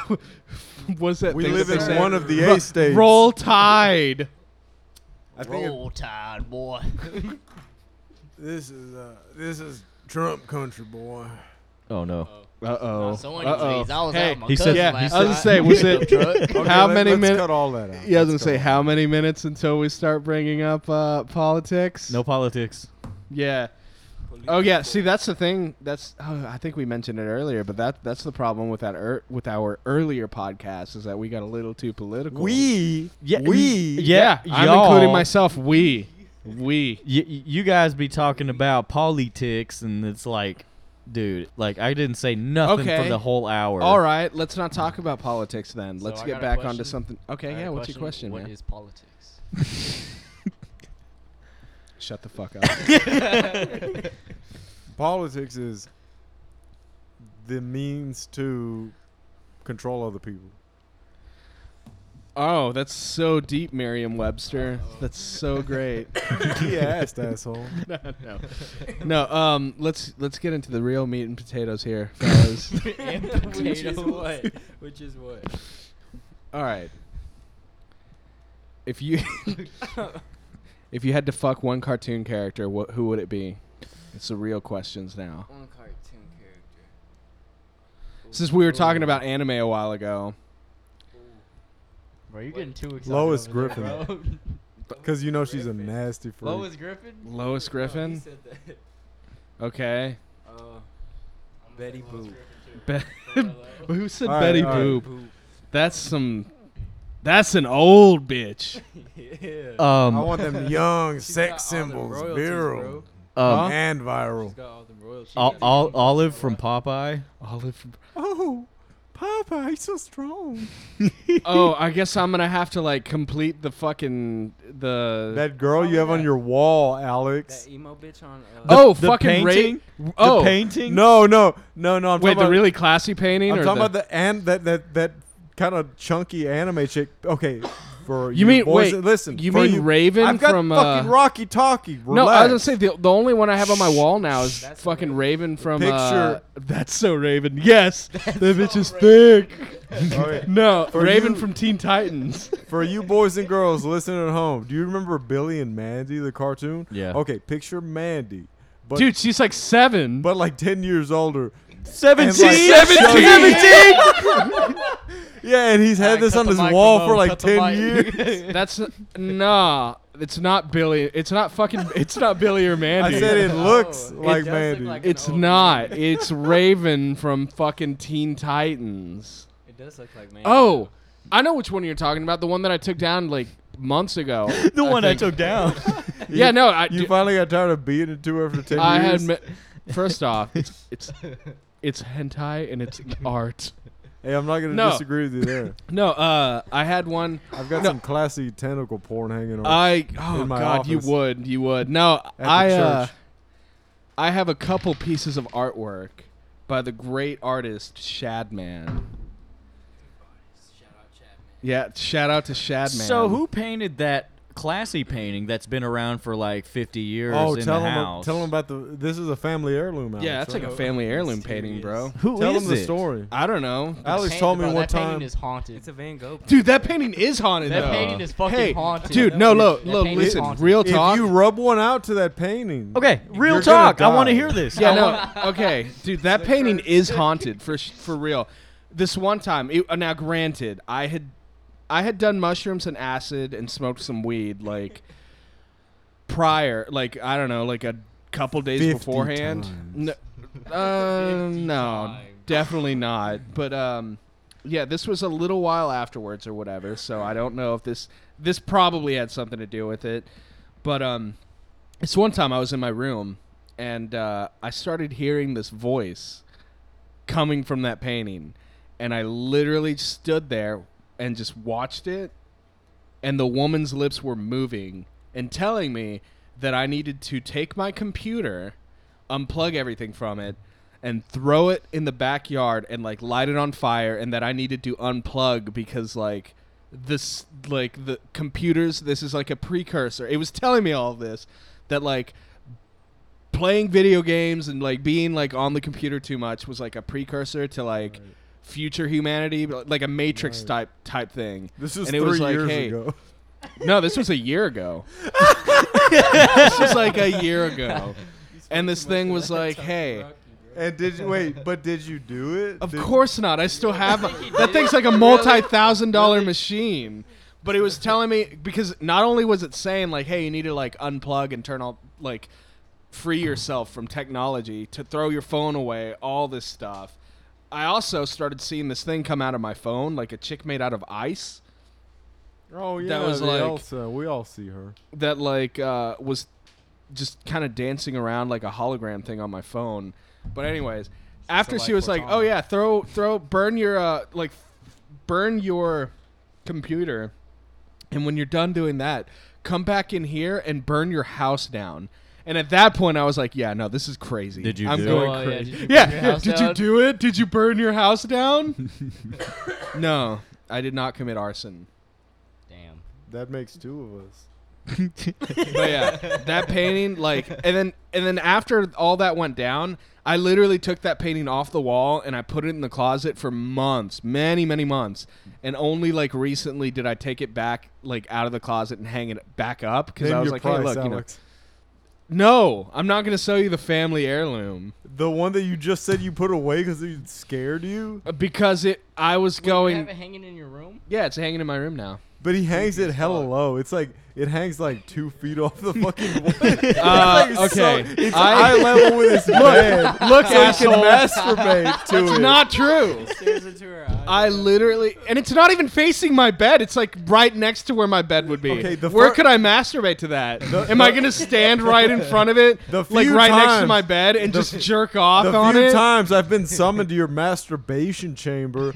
S2: *laughs* What's that?
S3: we
S2: thing that
S3: live
S2: they
S3: in
S2: say?
S3: one of the
S2: Ro-
S3: A states.
S2: Roll Tide.
S3: I think it-
S5: Tide, boy.
S3: this is uh, this is Trump country, boy.
S1: Oh no.
S2: Uh oh.
S5: Someone
S2: Uh oh.
S5: I was
S2: Hey,
S5: out my
S1: he said-
S5: cousin
S2: yeah, he
S5: last
S2: said-
S5: night.
S2: I was gonna say, was
S5: *laughs*
S2: it-
S5: Truck.
S2: How many
S3: let,
S2: minute-
S3: Let's cut all that out.
S2: He doesn't
S3: Let's
S2: say
S3: cut
S2: how many minutes until we start bringing up uh, politics.
S1: No politics.
S2: Yeah. Oh yeah. See, that's the thing. That's oh, I think we mentioned it earlier, but that that's the problem with that er, with our earlier podcast is that we got a little too
S3: all-
S2: political.
S3: We
S1: Yeah,
S3: we
S1: Yeah,
S2: I'm
S1: y'all-
S2: including myself. We we.
S1: Y- y- you guys be talking about politics, and it's like, dude, like I didn't say nothing
S2: Okay.
S1: for the whole hour.
S2: All right, let's not talk about politics then.
S5: So
S2: Let's
S5: I
S2: get
S5: got a
S2: back
S5: question.
S2: onto something. Okay, yeah. What's your question,
S5: What
S2: man?
S5: is politics? *laughs*
S2: Shut
S5: *laughs*
S2: the fuck up.
S3: politics is the means to control other people.
S2: oh, that's so deep, Merriam-Webster. That's so great.
S5: *laughs*
S2: *laughs*
S3: He asked, asshole.
S2: no, *laughs* no. Um, let's let's get into the real meat and potatoes *laughs* here, fellas.
S5: *laughs* and
S2: *laughs*
S5: potato what? Which is *laughs* what?
S2: All right. If you *laughs* if you had to fuck one cartoon character, what who would it be? It's the real questions now.
S5: One cartoon character.
S2: Since we were talking about anime a while ago,
S5: Bro, you're getting too excited.
S3: Lois
S5: over there,
S3: Griffin.
S5: bro.
S3: Because you know she's a nasty
S5: *laughs*
S3: freak.
S5: Lois Griffin?
S2: Lois
S5: No, he
S2: Griffin?
S5: said that.
S2: okay.
S5: Uh, Betty Boop.
S2: Be- who said
S3: All right,
S2: Betty
S3: all right.
S2: Boop? *laughs* That's some. That's an old bitch.
S5: yeah.
S2: Uh,
S1: Um.
S3: I want them young
S5: She's
S3: sex
S5: got all the
S3: symbols,
S5: royalties,
S3: virile
S5: bro.
S1: um
S2: Huh?
S3: and
S5: She's
S3: viral.
S5: got all the royalties.
S2: uh,
S1: Ol- Ol- Olive from Popeye.
S2: Olive.
S3: Oh, Papa, he's so strong.
S2: *laughs* Oh, I guess I'm gonna have to like complete the fucking the.
S3: That girl you
S5: Oh,
S3: have on
S5: yeah.
S3: your wall,
S5: That
S3: Alex.
S5: emo bitch on. Uh,
S2: oh,
S1: the
S2: fucking
S1: painting?
S2: Ra- oh,
S1: The painting.
S3: No, no, no, no. I'm
S2: wait,
S3: talking
S2: the
S3: about,
S2: really classy painting
S3: I'm
S2: or
S3: talking
S2: the-
S3: about the and that that that kind of chunky anime chick. Okay, for
S2: You mean-
S3: boys,
S2: wait,
S3: listen.
S2: you
S3: for
S2: mean Raven
S3: I've got
S2: from,
S3: fucking
S2: uh,
S3: Rocky Talkie. Relax.
S2: No, I was gonna say the, the only one I have on my wall now is
S5: That's
S2: fucking Raven from
S3: Picture-
S2: uh, That's so Raven.
S3: *laughs*
S2: Yes, that bitch is thick.
S3: Okay.
S2: *laughs* no,
S3: For
S2: Raven
S3: you-
S2: from Teen Titans.
S3: For you boys and girls listening at home, do you remember Billy and Mandy the cartoon?
S1: Yeah.
S3: Okay, picture Mandy, but
S2: Dude, she's like seven.
S3: but like ten years older.
S1: Seventeen.
S3: And, like, *laughs*
S2: Seventeen!
S3: Yeah, and he's
S5: Alright,
S3: had this
S5: cut
S3: on
S5: the
S3: his
S5: mic,
S3: wall
S5: Mo,
S3: for like
S5: cut the
S3: ten
S5: mic.
S3: years.
S5: *laughs*
S2: That's nah. It's not Billy. It's not fucking. It's not Billy or Mandy.
S3: I said it
S5: Oh,
S3: looks
S5: it
S3: like
S5: does look
S3: Mandy.
S5: like an
S2: It's
S5: old
S2: not.
S5: man.
S2: It's Raven from fucking Teen Titans.
S5: It does look like Mandy.
S2: Oh, I know which one you're talking about. The one that I took down like months
S1: *laughs*
S2: ago.
S1: the one I
S2: think.
S1: took
S5: *laughs*
S1: down.
S2: *laughs* Yeah, no, I
S3: You
S2: dude,
S3: finally got tired of beating it to her for ten
S2: I had
S3: years.
S2: met, first off, it's it's it's hentai and it's art.
S3: hey, I'm not gonna
S2: No.
S3: disagree with you
S2: *laughs*
S3: there.
S2: No, uh, I had one.
S3: I've got
S2: No.
S3: some classy tentacle porn hanging on.
S2: I oh
S3: In my
S2: god, you
S3: office.
S2: would, you would. No,
S3: the
S2: I uh,
S3: church.
S2: I have a couple pieces of artwork by the great artist Shadman.
S5: Shout out Chapman.
S2: Yeah, shout out to Shadman.
S1: so who painted that classy painting that's been around for like 50 years
S3: oh,
S1: in
S3: tell
S1: the
S3: them,
S1: house?
S3: tell them about the. This is a family heirloom. Alex,
S2: Yeah, that's like
S3: Oh, right?
S2: a family heirloom painting,
S4: Mysterious.
S2: bro.
S1: Who
S3: Tell
S1: is
S3: them the
S1: it?
S3: story.
S2: I don't know.
S3: Alex
S5: Paint-
S3: told me
S5: bro,
S3: one
S5: that
S3: time.
S5: painting is haunted.
S4: It's a Van Gogh.
S2: Dude, that painting is haunted.
S5: that
S2: though.
S5: painting is fucking
S2: hey,
S5: haunted.
S2: dude, no, look, look, listen, real
S3: if
S2: talk.
S3: you rub one out to that painting,
S1: Okay, real
S3: You're gonna
S1: talk. I
S3: die.
S1: want to hear
S3: *laughs*
S1: this.
S2: *laughs* Yeah, no. *laughs* Okay, dude, that painting is haunted for sh- for real. This one time, it, uh, now granted, I had I had done mushrooms and acid and smoked some weed like prior, like I don't know, like a couple days
S3: 50
S2: beforehand.
S3: times.
S2: No, uh,
S5: 50
S2: no,
S5: times.
S2: definitely not. But um, yeah, this was a little while afterwards or whatever, so I don't know if this this probably had something to do with it. But um, it's one time I was in my room and uh, I started hearing this voice coming from that painting, and I literally stood there and just watched it, and the woman's lips were moving and telling me that I needed to take my computer, unplug everything from it, and throw it in the backyard and like light it on fire, and that I needed to unplug because like this like the computers this is like a precursor it was telling me all of this that like playing video games and like being like on the computer too much was like a precursor to like future humanity but, like a matrix
S3: Right.
S2: type type thing
S3: this is
S2: and it
S3: three
S2: was like
S3: years
S2: hey
S3: ago.
S2: no this was a year *laughs* ago this was like a year ago and this thing was like hey
S3: *laughs* And did you wait? But did you do it?
S2: of
S3: Did-
S2: course not. I still have
S5: think he
S2: that
S5: did?
S2: thing's like a multi-thousand dollar machine. But it was telling me because not only was it saying like, "Hey, you need to like unplug and turn off like free yourself from technology to throw your phone away, all this stuff." I also started seeing this thing come out of my phone, like a chick made out of ice
S3: Oh yeah,
S2: That was
S3: the
S2: like-
S3: Elsa. We all see her.
S2: that like uh, was just kind of dancing around like a hologram thing on my phone. But anyways, after she
S5: like,
S2: was like,
S5: Cortana.
S2: "Oh yeah, throw throw burn your uh, like burn your computer, and when you're done doing that, come back in here and burn your house down." And at that point, I was like, "Yeah, no, this is crazy.
S1: Did you
S2: I'm
S1: do
S2: going
S5: it? Oh, yeah, did
S2: crazy.
S5: you burn
S2: Yeah,
S5: your
S2: yeah,
S5: house
S2: did you
S5: down?
S2: do it? Did you burn your
S1: *laughs*
S2: house down?" no, I did not commit arson.
S5: Damn.
S3: That makes two of us.
S2: but yeah, that painting, like, and then and then after all that went down, I literally took that painting off the wall and I put it in the closet for months, many many months, and only like recently did I take it back, like, out of the closet and hang it back up because
S3: Name
S2: I was
S3: your
S2: like,
S3: price,
S2: hey, look, you know,
S3: Alex.
S2: no, I'm not gonna sell you the family heirloom
S3: The one that you just said you put away because it scared you,
S2: uh, because it. I was
S5: You have
S2: going.
S5: it hanging in your room?
S2: Yeah, it's hanging in my room now.
S3: but he hangs
S5: Creepy
S3: it
S5: as
S3: hella
S5: fuck.
S3: low. It's like it hangs like two feet off
S2: *laughs*
S3: the fucking wall. It's
S2: Uh,
S3: like so-
S2: okay.
S3: it's
S2: I-
S3: eye level with his bed.
S2: *laughs* *laughs* Look,
S3: so he can
S2: asshole.
S3: masturbate to
S2: It's
S3: it.
S2: not true.
S5: Stares into her eyes.
S2: I literally, and it's not even facing my bed. It's like right next to where my bed would be.
S3: Okay, the
S2: where
S3: fir-
S2: could I masturbate to that? Am I gonna stand right in front of it,
S3: *laughs* The
S2: like
S3: few
S2: right next to
S3: times-
S2: my bed, and
S3: the-
S2: just jerk off
S3: the
S2: on
S3: few
S2: it?
S3: times I've
S2: *laughs*
S3: been summoned to your masturbation chamber,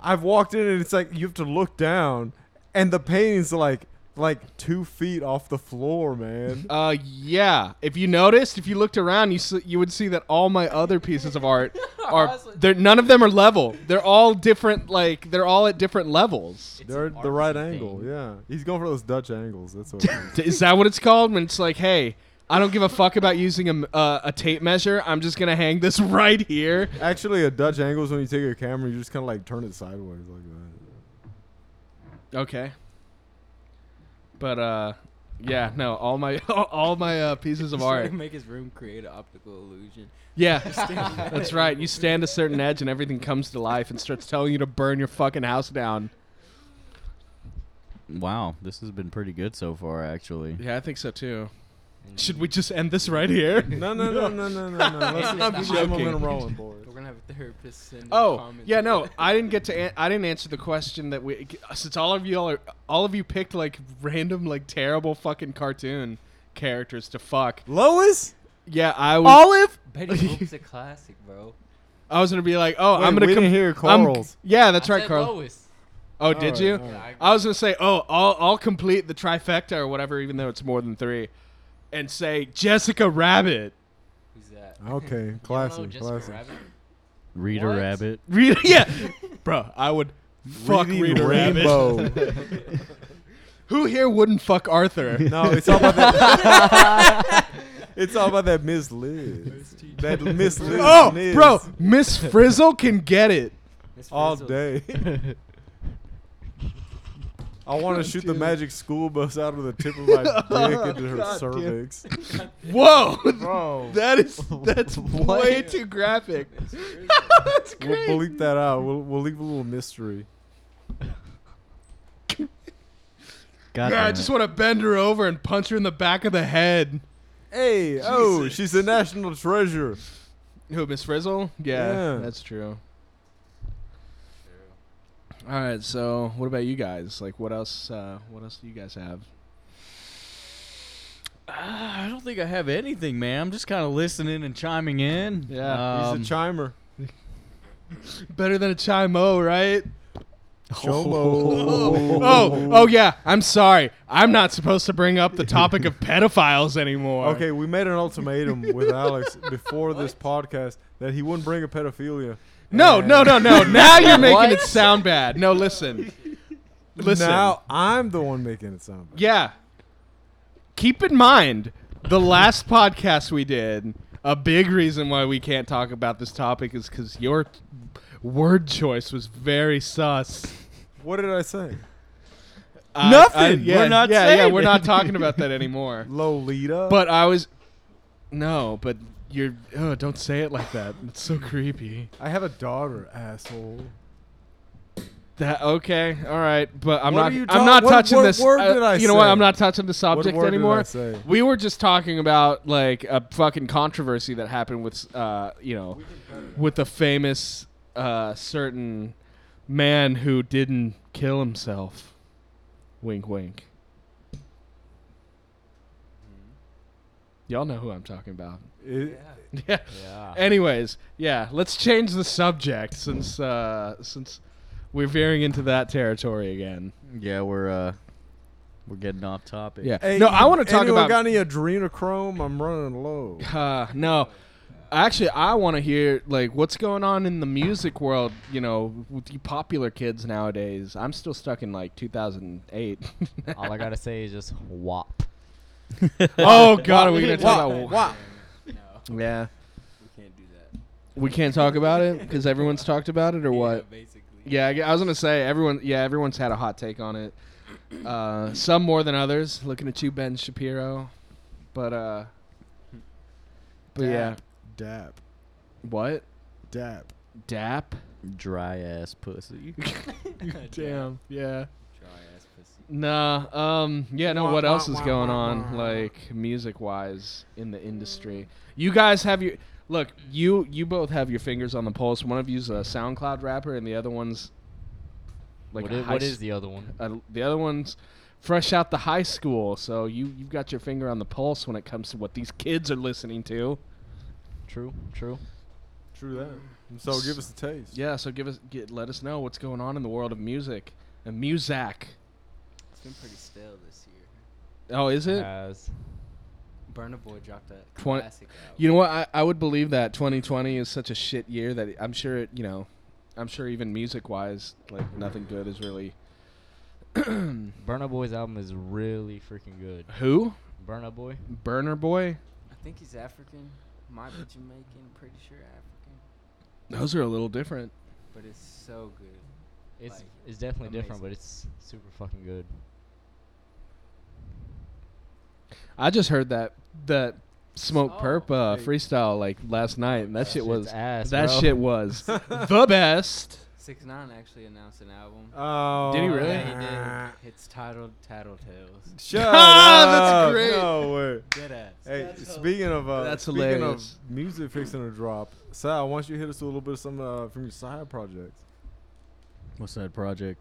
S3: I've walked in and it's like you have to look down, and the painting's like like two feet off the floor, man.
S2: Uh, yeah. If you noticed, if you looked around, you s you would see that all my other pieces of art are they're none of them are level. They're all different. Like they're all at different levels.
S5: It's
S3: They're
S5: an
S3: at the right
S5: artsy
S3: angle,
S5: thing.
S3: yeah. He's going for those Dutch angles. That's what. it is.
S2: Is that what it's called when it's like, hey? I don't give a fuck about using a, m- uh, a tape measure. I'm just gonna hang this *laughs* right here.
S3: Actually, a Dutch angle is when you take your camera, you just kind of like turn it sideways like that.
S2: Okay. But uh yeah, no, all my *laughs* all my uh, pieces *laughs* of
S4: He's trying
S2: art.
S4: to Make his room create an optical illusion.
S2: Yeah. *laughs* That's right. You stand a certain edge and everything comes to life and starts telling you to burn your fucking house down.
S1: wow, this has been pretty good so far, actually.
S2: Yeah, I think so too.
S5: And
S2: Should we just end this right here? *laughs*
S3: No, no, no, no, no, no, no. Let's
S2: I'm
S3: just keep the
S2: joking.
S3: momentum rolling, boys.
S5: We're gonna
S4: have a therapist send. a
S2: Oh
S4: comment
S2: yeah,
S5: *laughs*
S4: to
S2: no,
S4: that.
S2: I didn't get to. An- I didn't answer the question that we since all of you all are all of you picked like random like terrible fucking cartoon characters to fuck.
S3: Lois,
S2: Yeah, I was.
S3: Olive.
S5: Betty Boop's a
S2: *laughs*
S5: classic, bro.
S2: I was gonna be like, oh,
S3: Wait,
S2: I'm gonna
S3: we
S2: come
S3: didn't hear Corals.
S2: Yeah, that's
S5: I
S2: right,
S5: said
S2: Carl.
S5: Lois.
S2: Oh, did
S3: Alright,
S2: you?
S3: alright.
S5: Yeah, I
S2: I was gonna say, oh, I'll I'll complete the trifecta or whatever, even though it's more than three, and say Jessica Rabbit. *laughs*
S5: Who's that?
S3: Okay,
S5: you
S3: Uh, classic,
S5: don't know Jessica
S3: classic.
S5: Rabbit?
S1: Reader
S5: What?
S1: Rabbit.
S2: Really?
S3: *laughs*
S2: Yeah, bro, I would fuck
S3: Reading
S2: Rita Rabbit.
S3: Rainbow.
S2: *laughs*
S3: *laughs*
S2: Who here wouldn't fuck Arthur?
S3: no, it's all
S2: *laughs*
S3: about *laughs* that. it's all about that Miss Liz. That Miss *laughs* Liz.
S2: Oh,
S3: Liz
S2: bro, Miss Frizzle can get it.
S3: *laughs*
S4: Miss
S3: All
S4: Frizzle.
S3: day. *laughs* I want to shoot the
S2: damn.
S3: magic school bus out of the tip of my *laughs* dick into her
S2: God damn.
S3: cervix.
S2: Whoa,
S3: *laughs* Bro.
S2: that is
S3: *laughs*
S2: that's way too graphic. *laughs* that's
S3: We'll,
S2: great.
S3: we'll leak that out. We'll, we'll leave a little mystery.
S1: God
S2: Yeah, I
S1: damn
S2: just
S1: it.
S2: want to bend her over and punch her in the back of the head.
S3: Hey, oh, she's a national treasure.
S2: Who, Miss Frizzle? Yeah,
S3: Yeah.
S2: that's true. All right, so what about you guys? Like, what else? Uh, what else do you guys have?
S1: Ah, I don't think I have anything, man. I'm just kind of listening and chiming in.
S2: Yeah.
S1: Um,
S3: He's a *laughs* chimer.
S2: Better than a chimo, right?
S3: Oh. *laughs* Chomo.
S2: Oh, oh yeah. I'm sorry. I'm not supposed to bring up the topic
S3: *laughs*
S2: of pedophiles anymore.
S3: Okay, we made an ultimatum with *laughs* Alex before this podcast that he wouldn't bring a pedophilia.
S2: No,
S3: And
S2: no, no,
S3: *laughs*
S2: no. Now you're making it sound bad. No, listen. Listen.
S3: Now I'm the one making it sound bad.
S2: Yeah. Keep in mind the last podcast we did. A big reason why we can't talk about this topic is because your word choice was very sus.
S3: What did I say?
S2: I-
S1: Nothing.
S2: I- yeah,
S1: We're not
S2: Yeah, yeah.
S1: saying
S2: We're not
S1: it.
S2: talking about
S1: *laughs*
S2: that anymore.
S3: Lolita.
S2: But I was. No, but you're. Oh, don't say it like that. It's so creepy.
S3: I have a daughter, asshole.
S2: That okay, all right, but I'm
S3: What
S2: not.
S3: are you
S2: I'm
S3: ta-
S2: not
S3: what-
S2: touching
S3: what
S2: this.
S3: word
S2: uh,
S3: did I
S2: you know what?
S3: say?
S2: I'm not touching the
S3: What
S2: subject
S3: word did I
S2: anymore.
S3: say?
S2: We were just talking about like a fucking controversy that happened with, uh, you know, with the famous uh, certain man who didn't kill himself. Wink, wink. Y'all know who I'm talking about. *laughs*
S3: It-
S5: Yeah.
S2: Yeah.
S1: Yeah.
S2: Anyways, yeah, let's change the subject since uh, since we're veering into that territory again.
S1: Yeah, we're uh, we're getting off topic.
S2: Yeah.
S3: Hey,
S2: no, I want to talk
S3: anyone
S2: about.
S3: got any adrenochrome? I'm running low.
S2: uh, no, actually, I want to hear like what's going on in the music world. You know, with the popular kids nowadays. I'm still stuck in like 2008. *laughs*
S6: All I gotta say is just wop.
S2: oh God, are we gonna
S3: Wah,
S1: *laughs*
S2: talk about?
S3: wah.
S2: Yeah,
S4: We can't do that.
S2: we can't talk about it because everyone's talked about it, or what?
S4: Yeah, basically. *laughs*
S2: Yeah, I gu- I was gonna say everyone. Yeah, everyone's had a hot take on it. Uh, some more than others. Looking at you, Ben Shapiro. But uh, but yeah,
S3: Dap.
S2: what
S3: Dap.
S2: dap? *laughs*
S1: Dry ass pussy.
S2: Damn, yeah.
S4: Dry ass pussy.
S2: Nah, um, yeah, no.
S3: Wah,
S2: What
S3: wah,
S2: else is
S3: wah,
S2: going
S3: wah,
S2: on,
S3: wah.
S2: like music-wise, in the industry? You guys have your look. You you both have your fingers on the pulse. One of you's a SoundCloud rapper, and the other one's like
S6: what,
S2: a
S6: is,
S2: high
S6: what
S2: s-
S6: is the other one?
S2: uh, the other one's fresh out the high school, so you you've got your finger on the pulse when it comes to what these kids are listening to.
S6: True, true.
S3: True that. Mm, So give us a taste.
S2: Yeah, so give us get, let us know what's going on in the world of music and music.
S4: It's been pretty stale this year.
S2: Oh, is
S6: Uh,
S2: it?
S6: Has-
S4: Burna Boy dropped a
S2: Twen-
S4: classic album.
S2: you know what? I, I would believe that 2020 is such a shit year that I'm sure it, you know, I'm sure even music wise, like nothing good is really.
S6: Burna Boy's album is really freaking good.
S2: Who?
S6: Burna Boy.
S2: Burner Boy?
S4: I think he's African. Might be Jamaican. Pretty sure African.
S2: Those are a little different.
S4: But it's so good.
S6: It's
S4: Like,
S6: it's definitely different,
S4: amazing.
S6: but it's super fucking good.
S2: I just heard that that Smoke
S4: Oh,
S2: Perp uh,
S4: hey.
S2: freestyle like last night, and that shit
S6: Shit's
S2: was *laughs*
S6: ass.
S2: that
S6: bro.
S2: shit was the best.
S4: Say Six Nine actually announced an album.
S3: Oh,
S2: Did *laughs* he really?
S4: Yeah, he did. It's titled Tattletales.
S3: *laughs* Shut
S2: Ah, that's
S3: up.
S2: great.
S3: No way.
S4: Dead ass.
S3: Hey,
S5: That's
S3: speaking of uh,
S2: That's
S3: speaking
S2: hilarious.
S3: of music fixing to drop, Sal, why don't you hit us with a little bit of some uh, from your side projects?
S1: What's that
S2: *laughs*
S1: project?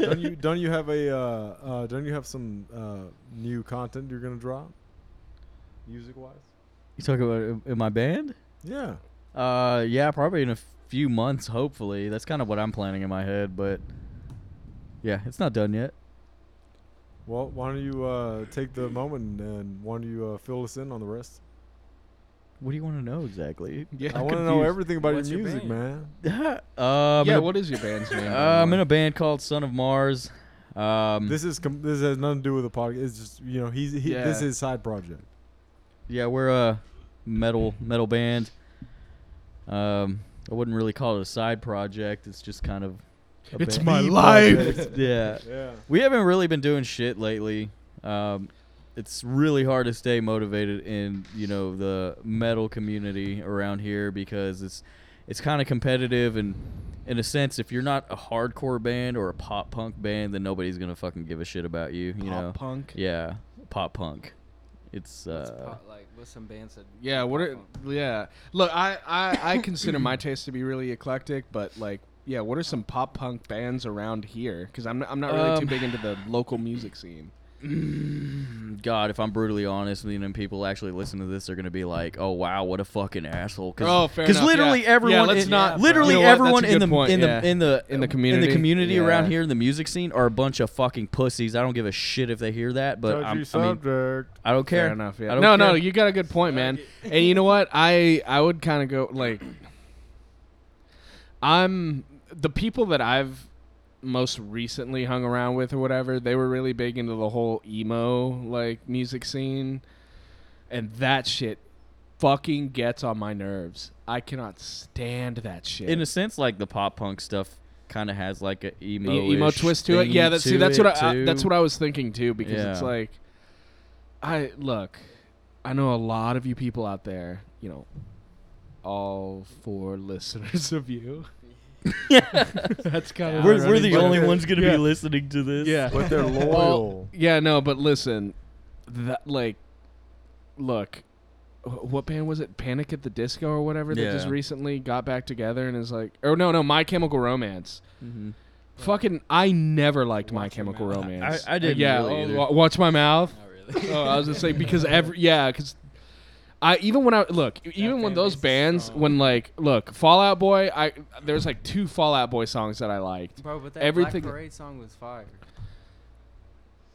S3: don't you don't you have a uh, uh, don't you have some uh, new content you're gonna drop, music wise?
S1: You talk about uh, in my band?
S3: Yeah.
S1: Uh, yeah, probably in a few months. Hopefully, that's kind of what I'm planning in my head. But yeah, it's not done yet.
S3: Well, why don't you uh, take the moment and why don't you uh, fill us in on the rest?
S1: What do you want to know exactly?
S2: *laughs*
S1: *laughs*
S2: Yeah,
S3: I
S2: I'm
S3: want to know
S2: confused.
S3: everything about
S4: What's
S3: your
S4: your
S3: music,
S4: band?
S3: man.
S1: um,
S2: yeah,
S1: in a-
S2: what is your band's name?
S1: uh,
S2: by
S1: *laughs*
S2: the
S1: I'm
S2: way?
S1: in a band called Son of Mars. Um,
S3: This is com- this has nothing to do with the podcast. It's just you know he's he, this is
S2: Yeah.
S3: his side project.
S1: yeah, we're a metal metal band. Um, I wouldn't really call it a side project. It's just kind of. a
S2: It's
S1: band-
S2: my
S1: the
S2: life. *laughs*
S1: project. yeah.
S3: Yeah.
S1: We haven't really been doing shit lately. Um, it's really hard to stay motivated in you know the metal community around here because it's it's kind of competitive and in a sense if you're not a hardcore band or a pop punk band then nobody's gonna fucking give a shit about you you
S2: Pop
S1: know
S2: punk.
S1: yeah pop punk it's
S4: It's
S1: uh
S4: pop, like what's some bands that?
S2: Yeah, what are yeah. Look, I I,
S1: *coughs*
S2: I consider my taste to be really eclectic, but like yeah, what are some pop punk bands around here? Because I'm I'm not really too
S1: Um,
S2: big into the local music scene.
S1: mm, God, if I'm brutally honest, you know, people actually listen to this, they're gonna be like, "Oh wow, what a fucking asshole!"
S2: Oh, fair
S1: Because
S2: enough,
S1: literally
S2: yeah.
S1: everyone,
S2: Yeah, let's
S1: in-
S2: not-
S1: literally
S2: You know what, that's
S1: everyone
S2: a
S1: in
S2: good
S1: the
S2: point,
S1: in the
S2: yeah.
S1: in the
S2: In the
S1: in
S2: community,
S1: the community around
S2: yeah.
S1: here in the music scene are a bunch of fucking pussies. I don't give a shit if they hear that, but I'm, I mean,
S3: subject.
S1: I don't care.
S2: Fair enough.
S1: I
S2: Yeah.
S1: don't
S2: No, no,
S1: care.
S2: you got a good point, man. and you know what? I I would kind of go like I'm the people that I've most recently hung around with or whatever, they were really big into the whole emo like music scene and that shit fucking gets on my nerves. I cannot stand that shit.
S1: in a sense, like the pop punk stuff kind of has like a emo
S2: E- emo twist to it. Yeah, that's see, that's what I, I
S1: *laughs*
S2: that's what I was thinking too because it's
S1: Yeah.
S2: like, I look, I know a lot of you people out there. You know, all four *laughs* listeners of you. *laughs* that's kind
S4: Yeah.
S2: of
S1: We're, we're the
S3: But-
S1: only ones gonna
S3: yeah.
S1: be listening to this.
S2: yeah.
S3: But
S2: *laughs*
S3: they're loyal.
S2: Well, yeah, no, but listen, that like, look, wh- what band was it? Panic at the Disco or whatever that just
S1: Yeah.
S2: recently got back together and is like, or no, no, My Chemical Romance.
S1: Mhm.
S2: Fucking, I never liked My
S4: Watch Your
S2: Chemical
S4: Mouth.
S2: Romance.
S1: I- I didn't
S2: Yeah,
S1: really
S2: oh,
S1: either.
S2: wa- watch my mouth.
S4: Not really.
S2: *laughs* Oh, I was
S4: *laughs*
S2: gonna say because every yeah, because I even when I look e-, even when
S4: fan
S2: those
S4: base is
S2: bands
S4: strong.
S2: when like look Fallout Boy, I there's like two Fallout Boy songs that I liked.
S4: Bro, but that
S2: Everything-
S4: Black Parade song was fire.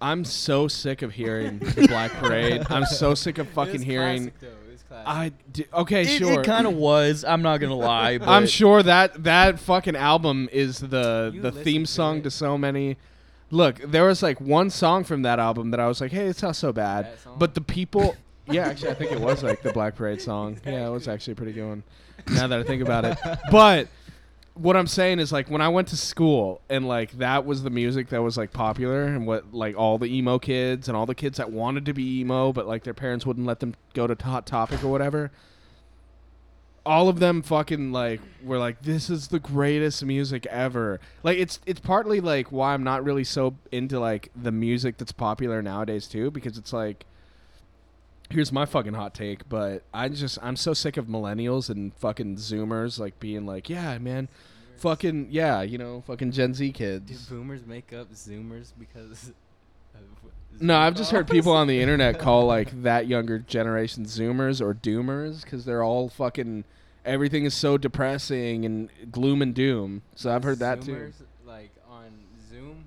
S2: I'm so sick of *laughs* hearing the Black Parade. I'm so sick of
S4: it
S2: fucking
S4: was
S2: hearing.
S4: Classic, though. It was classic.
S2: I d- okay
S1: It,
S2: sure.
S1: it kind of was. I'm not
S2: *laughs*
S1: gonna lie. But
S2: I'm sure that that fucking album is the
S4: You
S2: the
S4: listen
S2: theme
S4: to
S2: song
S4: it.
S2: to so many. Look, there was like one song from that album that I was like, hey, it's not so bad.
S4: That song?
S2: But the people, yeah, actually, I think it was like the Black Parade
S4: *laughs*
S2: song. Yeah, it was actually a pretty good one. Now that I think about it, but what I'm saying is like when I went to school and like that was the music that was like popular and what like all the emo kids and all the kids that wanted to be emo but like their parents wouldn't let them go to Hot Topic or whatever. All of them fucking like were like this is the greatest music ever. Like it's it's partly like why I'm not really so into like the music that's popular nowadays too because it's like here's my fucking hot take, but I just I'm so sick of millennials and fucking zoomers like being like, yeah, man, fucking yeah, you know, fucking Gen Z
S4: Do
S2: kids.
S4: boomers make up Zoomers because? Of
S2: No,
S4: Zoom
S2: I've just heard
S4: calls?
S2: people on the
S4: *laughs*
S2: internet call like that younger generation zoomers or doomers cuz they're all fucking everything is so depressing and gloom and doom. So I've heard that too.
S4: Zoomers, Like on Zoom.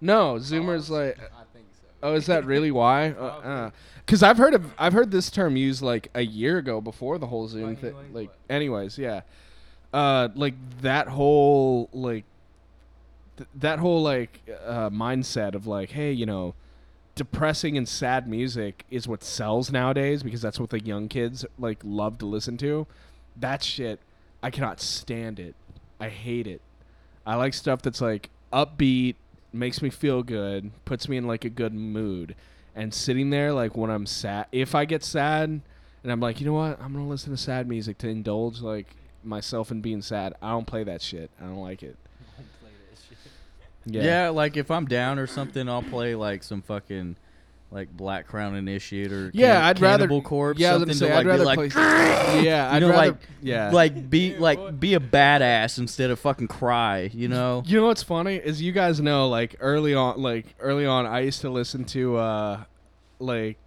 S2: No, zoomers
S4: calls?
S2: like
S4: I think so.
S2: Oh, is
S4: *laughs*
S2: that really why? Because I've heard of I've heard this term used like a year ago before the whole Zoom
S4: Like,
S2: thing.
S4: anyways,
S2: Like,
S4: what?
S2: anyways, yeah, uh, like that whole like th- that whole like uh, mindset of like, hey, you know, depressing and sad music is what sells nowadays because that's what the young kids like love to listen to. That shit, I cannot stand it. I hate it. I like stuff that's like upbeat, makes me feel good, puts me in like a good mood. And sitting there, like when I'm sad, if I get sad, and I'm like, you know what, I'm gonna listen to sad music to indulge like myself and being sad. I don't play that shit. I don't like it.
S4: Don't play that shit.
S1: Yeah. like if I'm down or something, I'll play like some fucking like Black Crown Initiator.
S2: Yeah,
S1: Can-
S2: I'd rather-
S1: Cannibal Corpse.
S2: yeah, I was
S1: something
S2: gonna say,
S1: to,
S2: I'd
S1: like, be
S2: rather
S1: like, *laughs*
S2: play- yeah,
S1: You
S2: I'd
S1: know,
S2: rather
S1: like-
S2: yeah.
S1: like be like be a badass instead of fucking cry. You
S2: *laughs*
S1: know.
S2: You know what's funny is you guys know like early on like early on I used to listen to uh like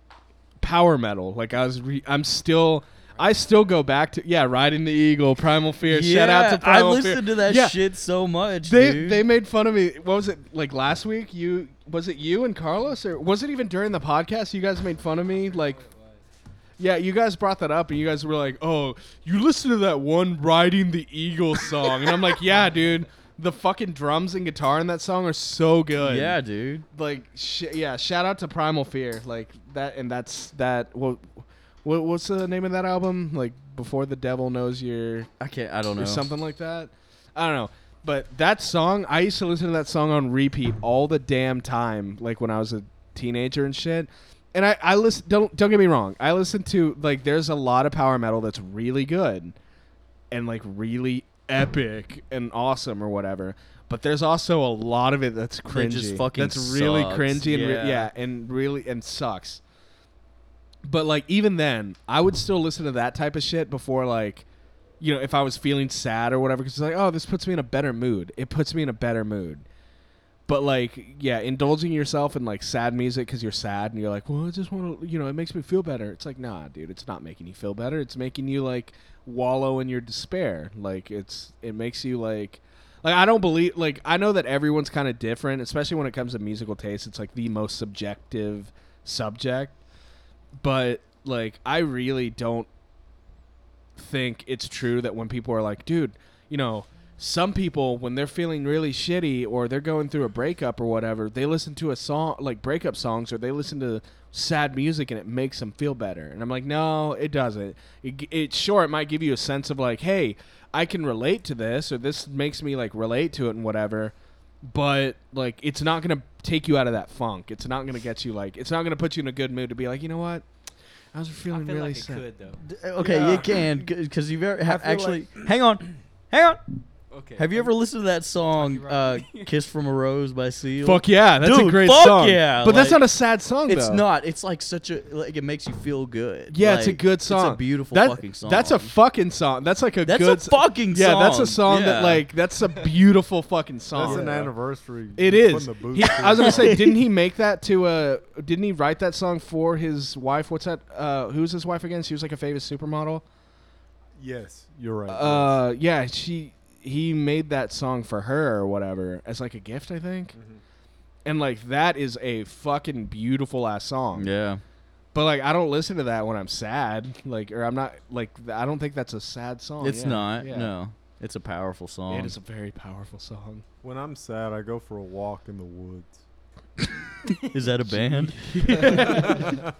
S2: power metal. Like I was re- I'm still I still go back to yeah, Riding the Eagle, Primal Fear. Shout out to
S1: Yeah, I
S2: Primal Fear.
S1: listened to that
S2: Yeah.
S1: shit so much,
S2: They
S1: dude.
S2: they made fun of me. What was it like last week? You was it you and Carlos or was it even during the podcast you guys made fun of me like yeah, you guys brought that up, and you guys were like, "Oh, you listen to that one riding the eagle song," and I'm like, "Yeah, dude, the fucking drums and guitar in that song are so good."
S1: yeah, dude.
S2: like, sh- yeah. Shout out to Primal Fear, like that, and that's that. What, what, what's the name of that album? Like, before the devil knows you're
S1: I can't. I don't know.
S2: or something like that. I don't know. But that song, I used to listen to that song on repeat all the damn time, like when I was a teenager and shit. And I, I listen. Don't don't get me wrong. I listen to like there's a lot of power metal that's really good, and like really epic and awesome or whatever. But there's also a lot of it that's cringy.
S1: just fucking
S2: that's really
S1: sucks.
S2: cringy and re-
S1: Yeah.
S2: yeah, and really and sucks. But like even then, I would still listen to that type of shit before like you know, if I was feeling sad or whatever, because it's like, oh, this puts me in a better mood. It puts me in a better mood. But like, yeah, indulging yourself in like sad music because you're sad and you're like, well, I just want to, you know, it makes me feel better. It's like, nah, dude, it's not making you feel better. It's making you like wallow in your despair. Like it's, it makes you like, like I don't believe, like I know that everyone's kind of different, especially when it comes to musical taste. It's like the most subjective subject. But like, I really don't think it's true that when people are like, dude, you know, some people when they're feeling really shitty or they're going through a breakup or whatever, they listen to a song like breakup songs or they listen to sad music and it makes them feel better. And I'm like, no, it doesn't. It, g- it sure it might give you a sense of like, hey, I can relate to this or this makes me like relate to it and whatever. But like, it's not gonna take you out of that funk. It's not gonna get you like. It's not gonna put you in a good mood to be like, you know what? I was
S4: I
S2: feeling
S4: feel
S2: really
S4: like it
S2: sad.
S4: could though.
S1: D- Okay,
S3: Yeah.
S1: you can because you've ever,
S3: I
S1: ha-
S3: feel
S1: actually. hang on, hang on.
S4: Okay.
S1: Have you ever listened to that song, uh,
S4: Copyright.
S1: "Kiss from a Rose" by Seal?
S2: Fuck yeah, that's a
S1: Dude,
S2: great
S1: fuck
S2: song.
S1: yeah,
S2: but that's
S1: like-
S2: not a sad song.
S1: It's
S2: though.
S1: not. It's like such a like it makes you feel good.
S2: Yeah, it's a
S1: Like,
S2: good song.
S1: It's a beautiful
S2: That-
S1: fucking song.
S2: That's a fucking song. That's like a
S1: That's
S2: good.
S1: a
S2: s-
S1: fucking
S2: yeah,
S1: song.
S2: that's a song
S1: Yeah.
S2: that like that's a beautiful fucking
S3: That's
S2: song.
S3: an anniversary.
S2: It
S3: Putting
S2: is.
S3: the boot
S2: He-
S3: through.
S2: I was gonna say, didn't
S1: *laughs*
S2: he make that to uh Didn't he write that song for his wife? What's that? Uh, who's his wife again? She was like a famous supermodel.
S3: Yes, you're right.
S2: Uh, yeah, she. He made that song for her or whatever as like a gift, I think.
S3: Mm-hmm.
S2: And like that is a fucking beautiful ass song.
S1: yeah.
S2: But like I don't listen to that when I'm sad, like or I'm not like th- I don't think that's a sad song.
S1: it's
S2: Oh, yeah.
S1: not.
S2: Yeah.
S1: No, it's a powerful song.
S2: It is a very powerful song.
S3: when I'm sad, I go for a walk in the woods.
S1: Is that a
S2: *laughs*
S1: band?
S4: *laughs*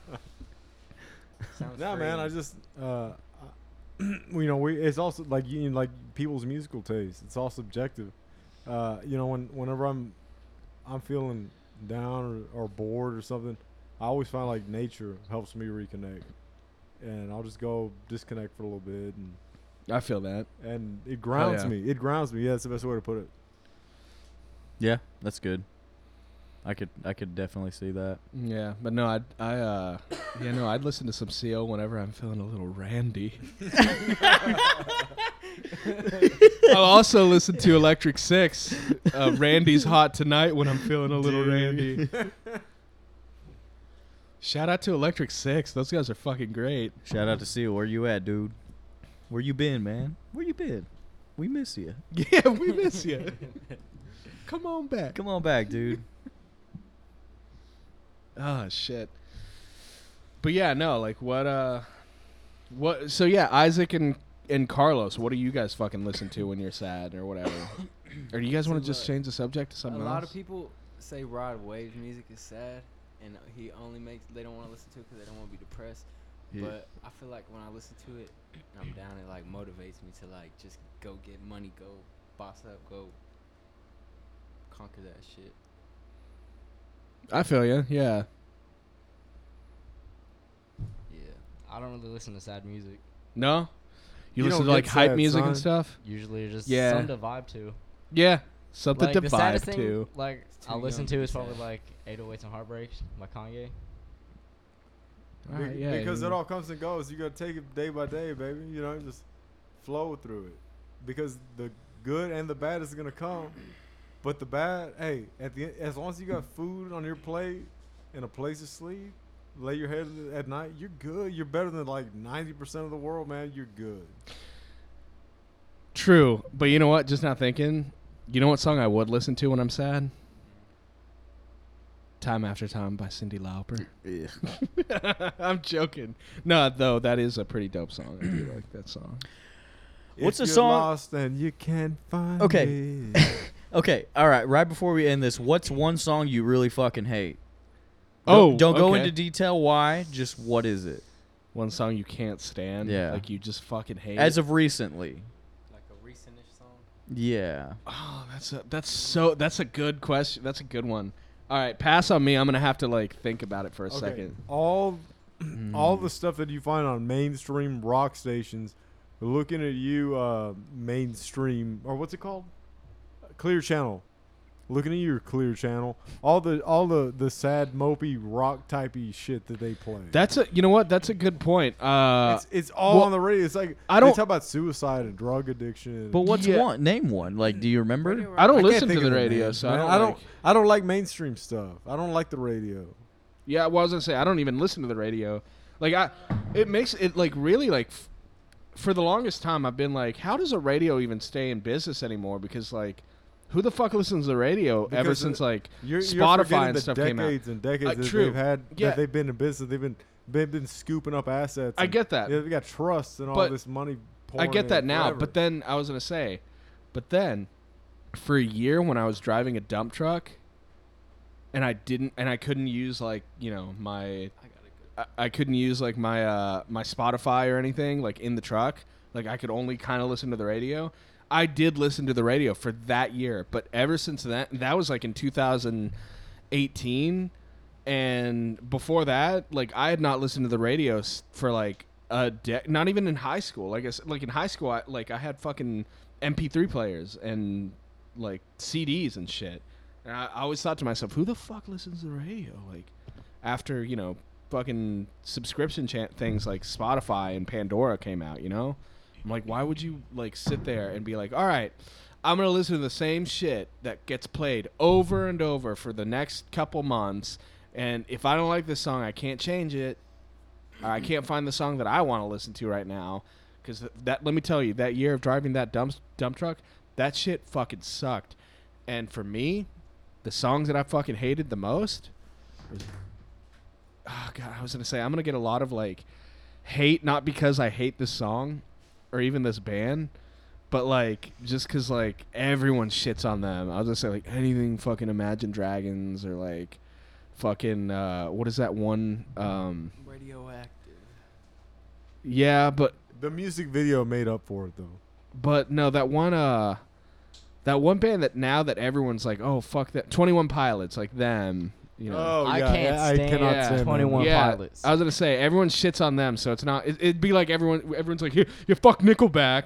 S4: Sounds
S3: No, man, I
S4: freeing.
S3: just uh, *clears throat* I- you know, we it's also like you know, like people's musical taste. It's all subjective. Uh, you know, when whenever I'm I'm feeling down or, or bored or something, I always find like nature helps me reconnect, and I'll just go disconnect for a little bit, and
S2: I feel that.
S3: and it grounds
S2: yeah.
S3: me. It grounds me. Yeah, that's the best way to put it.
S1: yeah, that's good. I could I could definitely see that.
S2: Yeah, but no, I I uh yeah no, I'd listen to some Seal whenever I'm feeling a little randy. *laughs* I'll also listen to Electric Six, uh, Randy's Hot Tonight when I'm feeling a little randy. Shout out to Electric Six; those guys are fucking great. *laughs*
S1: Shout out to Seal. Where you at, dude? Where you been, man? Where you been? We miss you.
S2: Yeah, we miss
S4: *laughs*
S2: you. Come on back.
S1: Come on back,
S2: *laughs*
S1: dude.
S2: Oh shit. But yeah, no, like what uh what so yeah, Isaac and and Carlos, what do you guys fucking listen to when you're sad or whatever? or do you guys want to
S4: So,
S2: just
S4: look,
S2: change the subject to
S4: A
S2: something
S4: lot
S2: else?
S4: of people say Rod Wave's music is sad, and he only makes they don't want to listen to it because they don't want to be depressed.
S1: Yeah.
S4: But I feel like when I listen to it, and I'm down. It like motivates me to like just go get money, go boss up, go conquer that shit.
S2: I feel you. Yeah.
S4: Yeah.
S6: I don't really listen to sad music.
S2: No. You,
S3: You
S2: listen
S3: don't
S2: to like
S3: get
S2: hype
S3: sad,
S2: music and
S3: son.
S2: stuff.
S6: Usually just
S2: Yeah.
S6: something to vibe to.
S2: Yeah, something
S6: like,
S2: to
S6: the
S2: vibe
S6: saddest thing,
S2: to.
S6: Like
S4: It's too
S6: I listen
S4: young to
S6: to
S4: be
S6: is probably
S4: sad.
S6: like 808s and Heartbreaks by Kanye.
S2: All right,
S3: Be-
S2: yeah,
S3: because it
S2: you-
S3: all comes and goes. You gotta take it day by day, baby. You know, just flow through it. Because the good and the bad is gonna come, but the bad, hey, at the as long as you got food on your plate and a place to sleep, lay your head at night, you're good. You're better than like ninety percent of the world, man. You're good.
S2: True, but you know what? Just not thinking. You know what song I would listen to when I'm sad?
S4: Mm-hmm.
S2: "Time After Time" by Cindy Lauper. *laughs* I'm joking. No, though that is a pretty dope song. I do like that song.
S1: What's
S3: if
S1: the
S3: you're
S1: song-
S3: Lost and you can't find.
S1: Okay.
S3: it.
S1: Okay, all right. Right before we end this, what's one song you really fucking hate?
S2: Oh,
S1: don't, don't go
S2: okay.
S1: into detail why. Just what is it?
S2: One song you can't stand.
S1: Yeah.
S2: like you just fucking hate.
S1: As of recently.
S4: Like a recentish song.
S1: Yeah.
S2: oh, that's a, that's so that's a good question. That's a good one. All right, pass on me. I'm gonna have to like think about it for a
S3: Okay,
S2: second.
S3: All
S2: Mm.
S3: all the stuff that you find on mainstream rock stations looking at you uh, mainstream or what's it called? Clear Channel. Looking at your Clear Channel. All the all the the sad mopey rock typey shit that they play.
S2: That's a you know what? That's a good point. Uh,
S3: it's, it's all
S2: well,
S3: on the radio. It's like
S2: I
S3: I
S2: don't-
S3: don't talk about suicide and drug addiction.
S1: But what's
S2: Yeah.
S1: one? Name one. Like, do you remember?
S2: I don't
S3: can't
S2: listen to
S3: think
S2: the
S3: of
S2: radio,
S3: names,
S2: so
S3: man.
S2: I
S3: I
S2: don't.
S3: don't
S2: like-
S3: I don't like mainstream stuff. I don't like the radio.
S2: Yeah, well, I was gonna say I don't even listen to the radio. Like I, it makes it like really like, f- for the longest time I've been like, how does a radio even stay in business anymore? Because like, who the fuck listens to the radio ever
S3: Because, uh,
S2: since like
S3: You're, you're
S2: Spotify
S3: forgetting
S2: and
S3: the
S2: stuff
S3: decades
S2: came out?
S3: and decades
S2: Uh,
S3: that
S2: true.
S3: they've had
S2: Yeah.
S3: that they've been in business. They've been they've been scooping up assets.
S2: I
S3: and-
S2: get that.
S3: Yeah, they got trusts and all
S2: But
S3: this money.
S2: I
S3: pouring in
S2: get that now,
S3: forever.
S2: but then I was gonna say, but then, for a year when I was driving a dump truck, and I didn't and I couldn't use like you know my
S4: I got a good.
S2: I- I couldn't use like my uh my Spotify or anything like in the truck. Like I could only kind of listen to the radio. I did listen to the radio for that year, but ever since that that was like in 2018 and before that, like I had not listened to the radio s- for like a de- not even in high school. Like I s- like in high school I like I had fucking MP3 players and like CDs and shit. And I, I always thought to myself, who the fuck listens to the radio? Like after you know fucking subscription cha- things like Spotify and Pandora came out, you know? I'm like, why would you like sit there and be like, all right, I'm gonna listen to the same shit that gets played over and over for the next couple months, and if I don't like this song, I can't change it. Or I can't find the song that I want to listen to right now, because that. Let me tell you, that year of driving that dump dump truck, that shit fucking sucked. And for me, the songs that I fucking hated the most oh god, I was gonna say I'm gonna get a lot of like hate, not because I hate this song or even this band, but like just because like everyone shits on them. I was gonna say like anything fucking Imagine Dragons or like fucking uh, what is that one? Um,
S4: Radioactive.
S2: yeah, but
S3: the music video made up for it though.
S2: but no, that one uh, that one band that now that everyone's like, oh fuck that, Twenty One Pilots, like them, you know.
S3: Oh
S6: I
S3: yeah,
S6: can't
S3: I, I cannot
S2: stand
S3: stand
S6: 21.
S3: That.
S2: yeah,
S6: Pilots.
S2: I was gonna say everyone shits on them, so it's not. It, it'd be like everyone. Everyone's like, "Here, you fuck Nickelback,"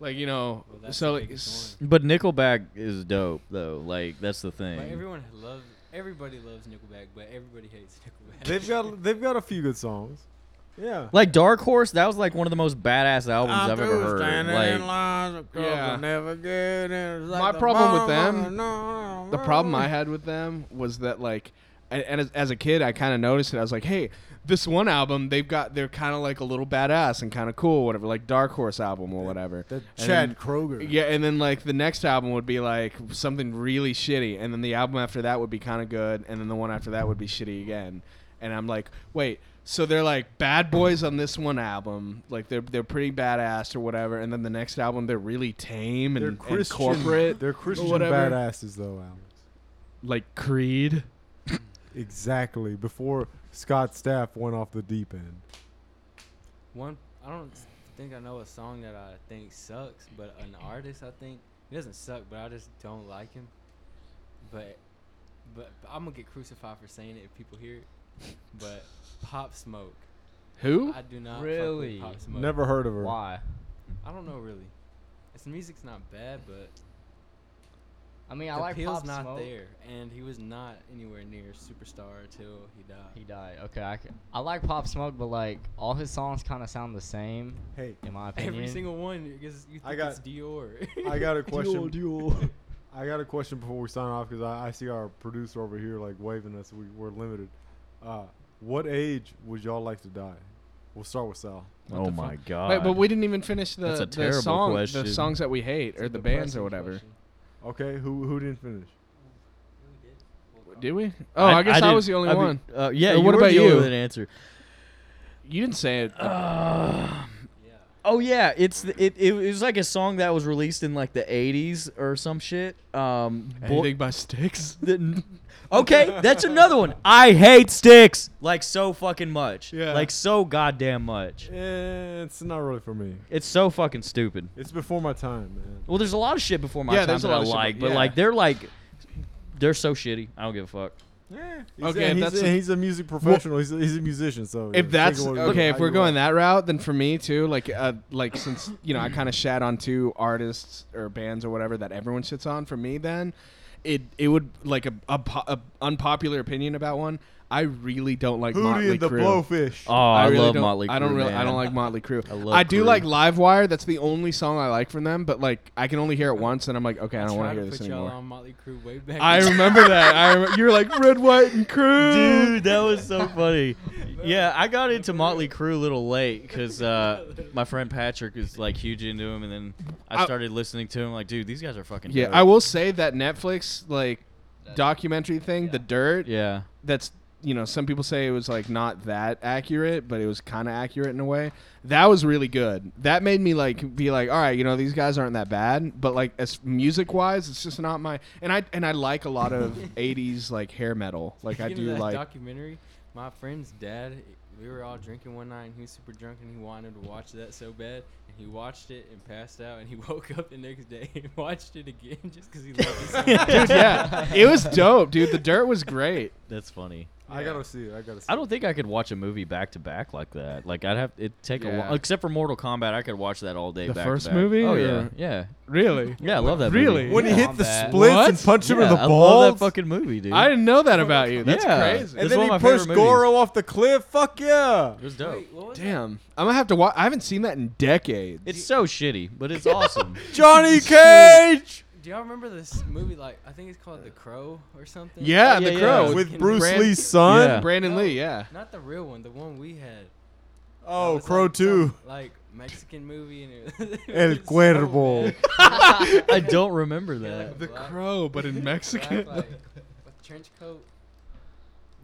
S2: like you know.
S4: Well, that's
S2: so
S4: the
S2: like,
S4: biggest
S2: s-
S1: But Nickelback is dope, though. Like, that's the thing.
S4: Like everyone loves, everybody loves Nickelback, but everybody hates Nickelback.
S3: They've got they've got a few good songs. Yeah.
S1: Like Dark Horse, that was like one of the most badass albums I've ever heard. Like,
S2: Yeah. My problem with them- the problem I had with them was that like, and, and as, as a kid, I kind of noticed it. I was like, "Hey, this one album, they've got they're kind of like a little badass and kind of cool, whatever, like Dark Horse album or whatever."
S3: that
S2: And
S3: Chad
S2: then-
S3: Kroger.
S2: Yeah, and then like the next album would be like something really shitty, and then the album after that would be kind of good, and then the one after that would be shitty again. And I'm like, wait, so they're like bad boys on this one album, like they're they're pretty badass or whatever, and then the next album they're really tame and,
S3: They're
S2: and
S3: Christian.
S2: corporate,
S3: They're Christian
S2: whatever.
S3: badasses though, Alex.
S2: like Creed.
S3: Exactly. Before Scott Staff went off the deep end.
S4: One, I don't s- think I know a song that I think sucks, but an artist I think he doesn't suck, but I just don't like him. But, but, but I'm gonna get crucified for saying it if people hear it. But Pop Smoke,
S2: Who?
S4: I do not fuck with
S6: Really?
S4: Pop Smoke.
S3: Never heard of her.
S6: Why?
S4: I don't know really. His music's not bad, but
S5: I mean, I
S4: the
S5: like
S4: appeal's
S5: Pop
S4: not
S5: Smoke.
S4: there, and he was not anywhere near superstar till he died.
S6: He died. Okay, I, c- I like Pop Smoke, but like all his songs kind of sound the same,
S3: Hey,
S6: in my opinion.
S4: Every single one, because you think
S3: I got-
S4: it's Dior.
S3: I
S4: *laughs*
S3: got a question.
S6: duel.
S3: *laughs* I got a question before we sign off because I, I see our producer over here like waving us. We, we're limited. Uh, what age would y'all like to die? We'll start with Sal.
S1: oh my god.
S2: Wait, but we didn't even finish
S1: That's
S2: the,
S1: a
S2: the
S1: terrible
S2: song,
S1: question.
S2: the songs that we hate,
S4: It's
S2: or
S4: a
S2: the bands
S4: depressing
S2: or whatever.
S4: question.
S3: Okay, who who didn't finish?
S2: Did we? Oh, I, guess I,
S1: didn't-
S2: was the only
S1: I mean,
S2: one.
S1: Uh, yeah,
S2: Uh,
S1: you
S2: what
S1: were
S2: about
S1: the only
S2: you?
S1: one that answered.
S2: You didn't say it.
S1: Uh,
S4: Yeah.
S1: oh yeah, it's the, it, it was like a song that was released in like the '80s or some shit. Um, bo-
S2: Anything by Sticks?
S1: the- okay, that's another one. I hate sticks like so fucking much.
S3: Yeah.
S1: Like so goddamn much.
S3: Eh, It's not really for me.
S1: It's so fucking stupid.
S3: It's before my time, man.
S1: Well, there's a lot of shit before my
S2: Yeah,
S1: time
S2: there's a
S1: that I
S2: lot of shit,
S1: like,
S2: but-
S1: but
S2: yeah.
S1: like they're like they're so shitty. I don't give a fuck.
S3: Yeah.
S2: Okay,
S3: and
S2: if
S3: he's,
S2: that's
S3: and
S2: a-
S3: he's a music professional. he's, a, he's a musician, so yeah,
S2: If
S3: take
S2: that's
S3: it what-
S2: okay, if
S3: how
S2: we're
S3: you
S2: going
S3: like.
S2: that route, then for me too, like, uh, like since you know I kind of shat on two artists or bands or whatever that everyone shits on. For me, then it it would like a, a, po- a unpopular opinion about one. I really don't like
S3: Hootie
S2: Motley
S3: and the
S2: Crue.
S3: Blowfish.
S1: Oh, I,
S2: really
S1: love
S2: don't-
S1: Motley.
S2: I don't
S1: Crue,
S2: really. I
S1: man.
S2: don't like Motley Crue.
S1: I
S2: I,
S1: love
S2: do
S1: Crue.
S2: like Livewire. That's the only song I like from them. But like, I can only hear it once, and I'm like, okay, I don't want
S4: tried
S2: to hear this
S4: put y'all
S2: anymore.
S4: on Motley Crue way back. *laughs*
S2: I
S4: in-
S2: remember that. I rem- you're like red, white, and crew.
S1: Dude, that was so funny. Yeah, I got into Motley Crue a little late because uh, my friend Patrick is like huge into him, and then I
S2: I-
S1: started listening to him. Like, dude, these guys are fucking.
S2: Yeah,
S1: dope.
S2: I will say that Netflix like documentary thing, The Dirt.
S1: Yeah,
S2: That's you know some people say it was like not that accurate, but it was kind of accurate in a way. That was really good. That made me like be like, all right, you know these guys aren't that bad, but like as music wise, it's just not my. And I and I like a lot of '80s like hair metal. Like I
S4: Speaking of
S2: do
S4: that
S2: like.
S4: documentary. My friend's dad, we were all drinking one night, and he was super drunk, and he wanted to watch that so bad, and he watched it and passed out, and he *laughs* woke up the next day and *laughs* watched it again just because he loved it. So
S2: *laughs*
S4: much.
S2: Dude, *laughs*
S4: *laughs*
S2: yeah, it was dope, dude. The Dirt was great.
S1: that's funny.
S3: I gotta see it. I gotta see.
S1: I don't think I could watch a movie back to back like that. Like, I'd have it take a
S2: Yeah.
S1: while. Except for Mortal Kombat, I could watch that all day.
S2: The
S1: back
S2: first
S1: to back.
S2: movie,
S1: Oh yeah,
S2: or-
S1: yeah,
S2: Really?
S1: yeah. I love that.
S2: Really?
S1: Movie.
S3: When
S1: yeah.
S3: he hit the
S6: Combat.
S3: splits
S2: What?
S3: and punched him in
S1: Yeah,
S3: the
S1: I
S3: balls,
S1: love that fucking movie, dude.
S2: I didn't know that about you. That's
S1: Yeah.
S2: crazy.
S1: It's
S3: and then
S1: one
S3: he
S1: of my favorite
S3: pushed
S1: movies.
S3: Goro off the cliff. Fuck yeah!
S1: it was dope.
S4: Wait, what was that?
S2: Damn, I'm gonna have to watch. I haven't seen that in decades.
S1: It's so shitty, but it's
S4: *laughs*
S1: awesome.
S3: Johnny Cage
S4: Do y'all remember this movie? Like, I think it's called The Crow or something.
S2: Yeah,
S1: Yeah,
S2: The
S1: yeah.
S2: Crow
S4: With
S3: with
S4: Brand-
S3: Bruce
S2: Brand-
S3: Lee's son.
S1: Yeah.
S2: *laughs* Brandon
S4: No.
S2: Lee. Yeah.
S4: Not the real one, the one we had.
S3: Oh,
S4: It was,
S3: Crow
S4: like,
S3: Two.
S4: some, like Mexican movie, and it *laughs* was
S3: El
S4: so
S3: Cuervo.
S4: bad.
S1: I don't remember that.
S4: The Black-
S2: Crow, but in
S4: Black, *laughs* like, with trench coat.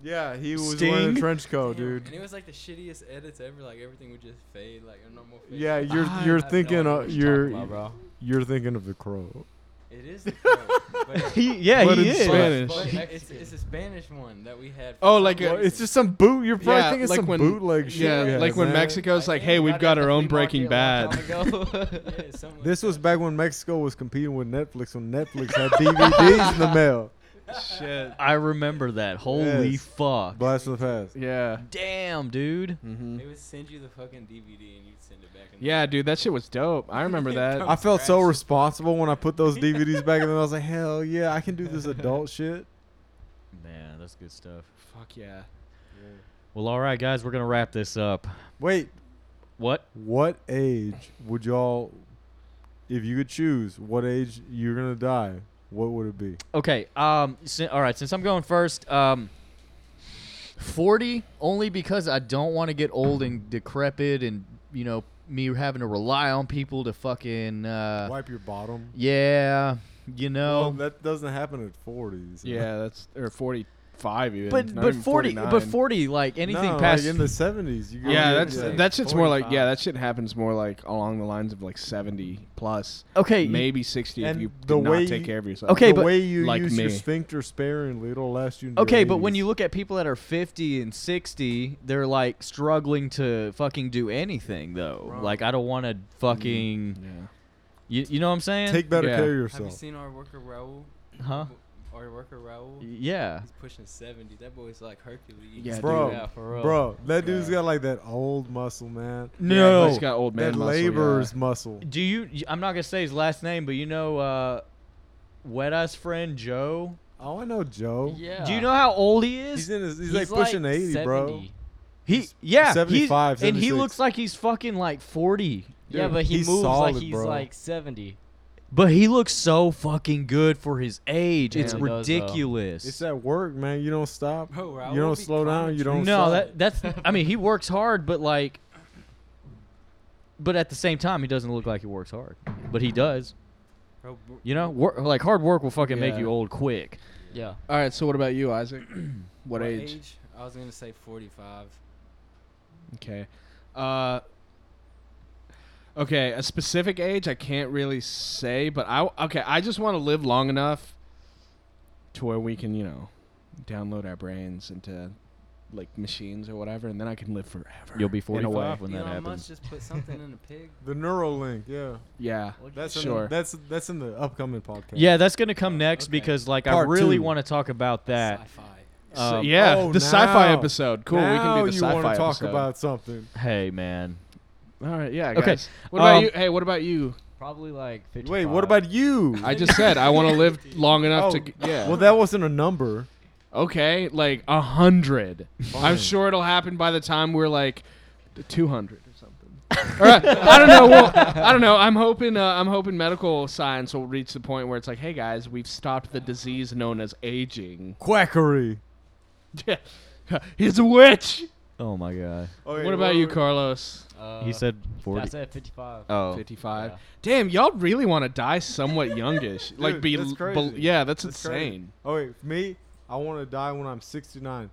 S3: Yeah, he was wearing
S1: Sting.
S3: a trench coat,
S4: Damn,
S3: Oh, dude.
S4: And it was like the shittiest edits ever. Like everything would just fade, like a normal fade.
S3: Yeah, you're
S2: I
S3: you're
S4: have no
S3: thinking
S4: idea
S3: uh,
S4: what
S3: you're
S6: Talking about, bro.
S3: you're thinking of the crow.
S4: It is.
S3: *laughs*
S4: The Crow,
S1: *laughs*
S4: but
S1: *laughs*
S4: it-
S1: He, yeah,
S3: But
S1: he
S3: in
S1: is.
S3: Spanish.
S4: but it's, it's a Spanish one that we had. for
S2: Oh,
S4: some
S2: like a-
S4: reason.
S3: uh, It's just some boot. You're probably
S2: Yeah,
S3: thinking
S2: like
S3: some
S2: when-
S3: bootleg shit.
S2: Yeah,
S3: we had,
S2: like when
S3: man.
S2: Mexico's like, "Hey, we've got our own Breaking Bad."
S4: *laughs*
S6: *laughs*
S4: Yeah, something like
S3: This was
S4: that.
S3: back when Mexico was competing with Netflix when Netflix had *laughs* DVDs in the mail.
S2: Shit.
S1: I remember that. Holy
S3: Yes.
S1: fuck.
S3: Blast from the past.
S2: Yeah.
S1: Damn, dude.
S2: Mm-hmm.
S4: They would send you the fucking DVD and you'd send it back. And
S2: Yeah, dude, that shit was dope. I *laughs* remember
S3: *laughs*
S2: that.
S3: I felt so responsible when I put *laughs* those DVDs back in. I was like, hell yeah, I can do this adult *laughs* shit.
S1: Man, that's good stuff.
S2: Fuck yeah.
S1: Well, all right, guys, we're gonna wrap this up.
S3: Wait,
S1: What?
S3: what age would y'all, if you could choose, what age you're gonna die? What would it be?
S1: Okay. Um. si- all right. Since I'm going first, um, forty only because I don't want to get old and decrepit, and you know me having to rely on people to fucking. Uh,
S3: Wipe your bottom.
S1: yeah. You know.
S3: Well, that doesn't happen at 40s. *laughs*
S2: Yeah, that's or 45 even.
S1: but
S2: not
S1: but
S2: even
S1: forty
S2: 49.
S1: but forty like anything
S3: No, like
S1: past
S3: in the 70s. You go-
S2: Yeah, that's
S3: yeah.
S2: that shit's more like yeah,
S4: 45.
S2: that shit happens more like along the lines of like 70 plus,
S1: okay you-
S2: maybe 60 if
S3: And
S2: you do
S3: the way
S2: not take
S3: you-
S2: care of yourself.
S1: Okay,
S3: the
S1: but-
S3: way you
S2: like
S3: use your
S2: me.
S3: sphincter sparingly, it'll last you. into your
S1: Okay, but when
S3: 80s.
S1: you look at people that are 50 and 60, they're like struggling to fucking do anything though.
S3: Right.
S1: Like I don't want to fucking
S2: Yeah.
S1: you, you know what I'm saying?
S3: Mm-hmm. take better
S2: Yeah.
S3: care of
S4: Have you
S3: yourself.
S4: seen our worker Raul?
S1: huh?
S4: Art worker Raul.
S1: Yeah.
S4: He's pushing seventy. That boy's like Hercules.
S2: Yeah, dude.
S3: Bro.
S6: yeah, for real.
S3: Bro, that dude's got like that old muscle, man.
S2: Yeah,
S1: No.
S2: he's got old man
S3: that
S2: muscle, yeah.
S3: laborer's muscle.
S1: Do you? y- I'm not gonna say his last name, but you know, uh, Wet Eye's friend Joe.
S3: Oh, I know Joe.
S6: Yeah.
S1: Do you know how old he is?
S3: He's in his, he's, like pushing 80, bro.
S6: 70.
S1: he yeah.
S3: 75,
S1: he's, and he
S3: 76.
S1: looks like he's fucking like 40,
S6: yeah,
S3: Dude,
S6: but he
S3: he's
S6: moves
S3: solid,
S6: like he's
S3: bro.
S6: like 70.
S1: but he looks so fucking good for his age. it's
S6: Damn. He does, though.
S1: ridiculous.
S3: It's at work, man. You don't stop.
S4: Bro, Raul
S3: you don't
S4: be
S3: slow down. You don't.
S4: climbing
S1: no,
S3: stop.
S1: that that's. I mean, he works hard, but like, but at the same time, he doesn't look like he works hard. But he does.
S4: Bro, bro,
S1: You know, work, like hard work will fucking make
S2: Yeah.
S1: you old quick.
S6: Yeah.
S2: All right, so what about you, Isaac? *clears throat* what, age?
S4: I was gonna say forty-five.
S2: Okay. Uh Okay, a specific age I can't really say, but I okay, I just want to live long enough to where we can, you know, download our brains into like machines or whatever and then I can live forever.
S1: You'll be
S2: In a way.
S1: 45 when that
S4: Elon
S1: happens.
S4: Musk just put something in a pig.
S3: the Neuralink. Yeah,
S2: Yeah.
S3: that's
S2: Sure.
S3: In the, that's that's in the upcoming podcast.
S1: Yeah, that's gonna come next
S4: okay.
S1: because like
S3: Part
S1: I really
S3: two.
S1: want to talk about that.
S4: Sci-fi.
S2: So-
S1: Um,
S2: yeah,
S3: oh,
S2: the sci-fi
S3: now-
S2: episode. Cool, we
S3: Now
S2: can do the
S3: you
S2: sci-fi
S3: wanna talk
S2: episode.
S3: about something?
S1: Hey man,
S2: All right, yeah,
S1: Okay,
S2: guys. What about
S1: um,
S2: you? Hey, what about you?
S6: Probably like 55.
S3: Wait, what about you?
S2: I just said I want to live long enough
S3: Oh,
S2: to g- yeah.
S3: Well, that wasn't a number.
S2: Okay, like a hundred. I'm
S3: Fine.
S2: sure it'll happen by the time we're like two hundred or something. Or, uh, I don't know. Well, I don't know. I'm hoping. Uh, I'm hoping medical science will reach the point where it's like, hey guys, we've stopped the disease known as aging. *laughs*
S3: Quackery.
S2: He's a witch.
S1: oh my god,
S2: What about you, Carlos?
S6: Uh,
S1: he said 40.
S6: I said 55.
S1: oh,
S2: Fifty-five.
S6: yeah.
S2: Damn, y'all really want to die
S3: *laughs*
S2: somewhat youngish? like
S3: Dude,
S2: be,
S3: that's
S2: l-
S3: crazy.
S2: bel- yeah, that's,
S3: That's crazy.
S2: insane.
S3: Oh wait, for me, I want to die when I'm 69.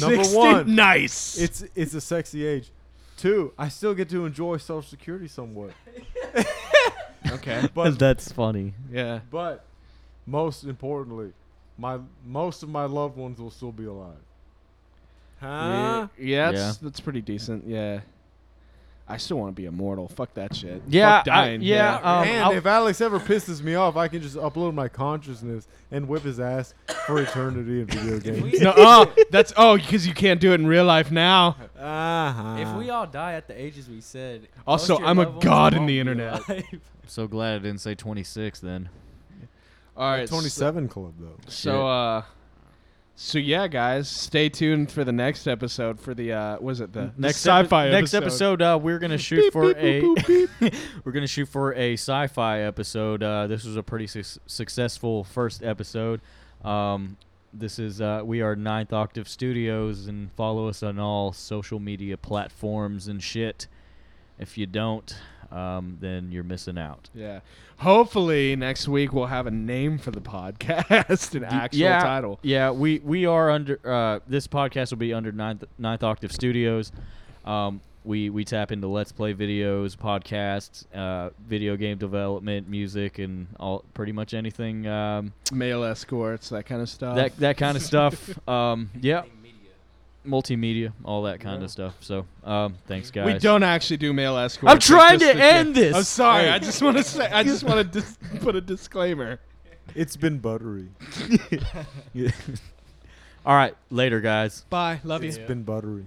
S3: Number one.
S2: nice.
S3: It's it's a sexy age. Two, I still get to enjoy Social Security somewhat.
S2: okay.
S3: But
S1: that's funny.
S2: Yeah.
S3: but most importantly, my most of my loved ones will still be alive. Huh?
S2: Yeah, that's,
S1: Yeah.
S2: that's pretty decent. Yeah. I still want to be immortal. Fuck that shit.
S1: Yeah,
S2: Fuck dying.
S1: I, yeah. Um,
S3: and
S1: I'll-
S3: if Alex ever pisses me off, I can just upload my consciousness and whip his ass for eternity in video games.
S4: we-
S2: *laughs* No, oh, that's oh, because you can't do it in real life *laughs* now.
S3: uh-huh.
S4: If we all die at the ages we said.
S2: Also,
S4: most of your
S2: I'm a
S4: loved ones
S2: god in
S4: won't
S2: the
S4: be
S2: internet.
S4: alive.
S1: I'm so glad I didn't say 26 then.
S2: All right, so,
S3: 27 Club though.
S2: so uh, so yeah, guys, stay tuned for the next episode for the uh, was it the
S1: epi-
S2: the sci-fi
S1: next episode, uh, we're gonna shoot
S2: Beep,
S1: for
S2: beep,
S1: a
S2: boop, boop,
S1: *laughs* we're gonna shoot for a sci-fi episode. Uh, this was a pretty su- successful first episode. Um, this is uh, we are Ninth Octave Studios, and follow us on all social media platforms and shit. If you don't, um, then you're missing out.
S2: Yeah, hopefully next week we'll have a name for the *laughs* podcast, an actual
S1: yeah,
S2: title.
S1: Yeah, we we are under uh, this podcast will be under ninth ninth octave studios. Um, we we tap into let's play videos, podcasts, uh, video game development, music, and all pretty much anything um,
S2: Male escorts, that kind of stuff.
S1: that that
S2: *laughs*
S1: kind of stuff. Um, yeah,
S4: Hey, media.
S1: multimedia, all that kind
S3: Yeah.
S1: of stuff. So um, thanks guys.
S2: We don't actually do male escorts.
S1: I'm
S2: It's
S1: trying
S2: just
S1: to
S2: the kid-
S1: end this.
S2: I'm sorry. I just want to say.
S1: *laughs*
S2: I just want to dis- put a disclaimer.
S3: It's been buttery.
S1: all right, later guys.
S2: Bye. Love
S3: It's been buttery.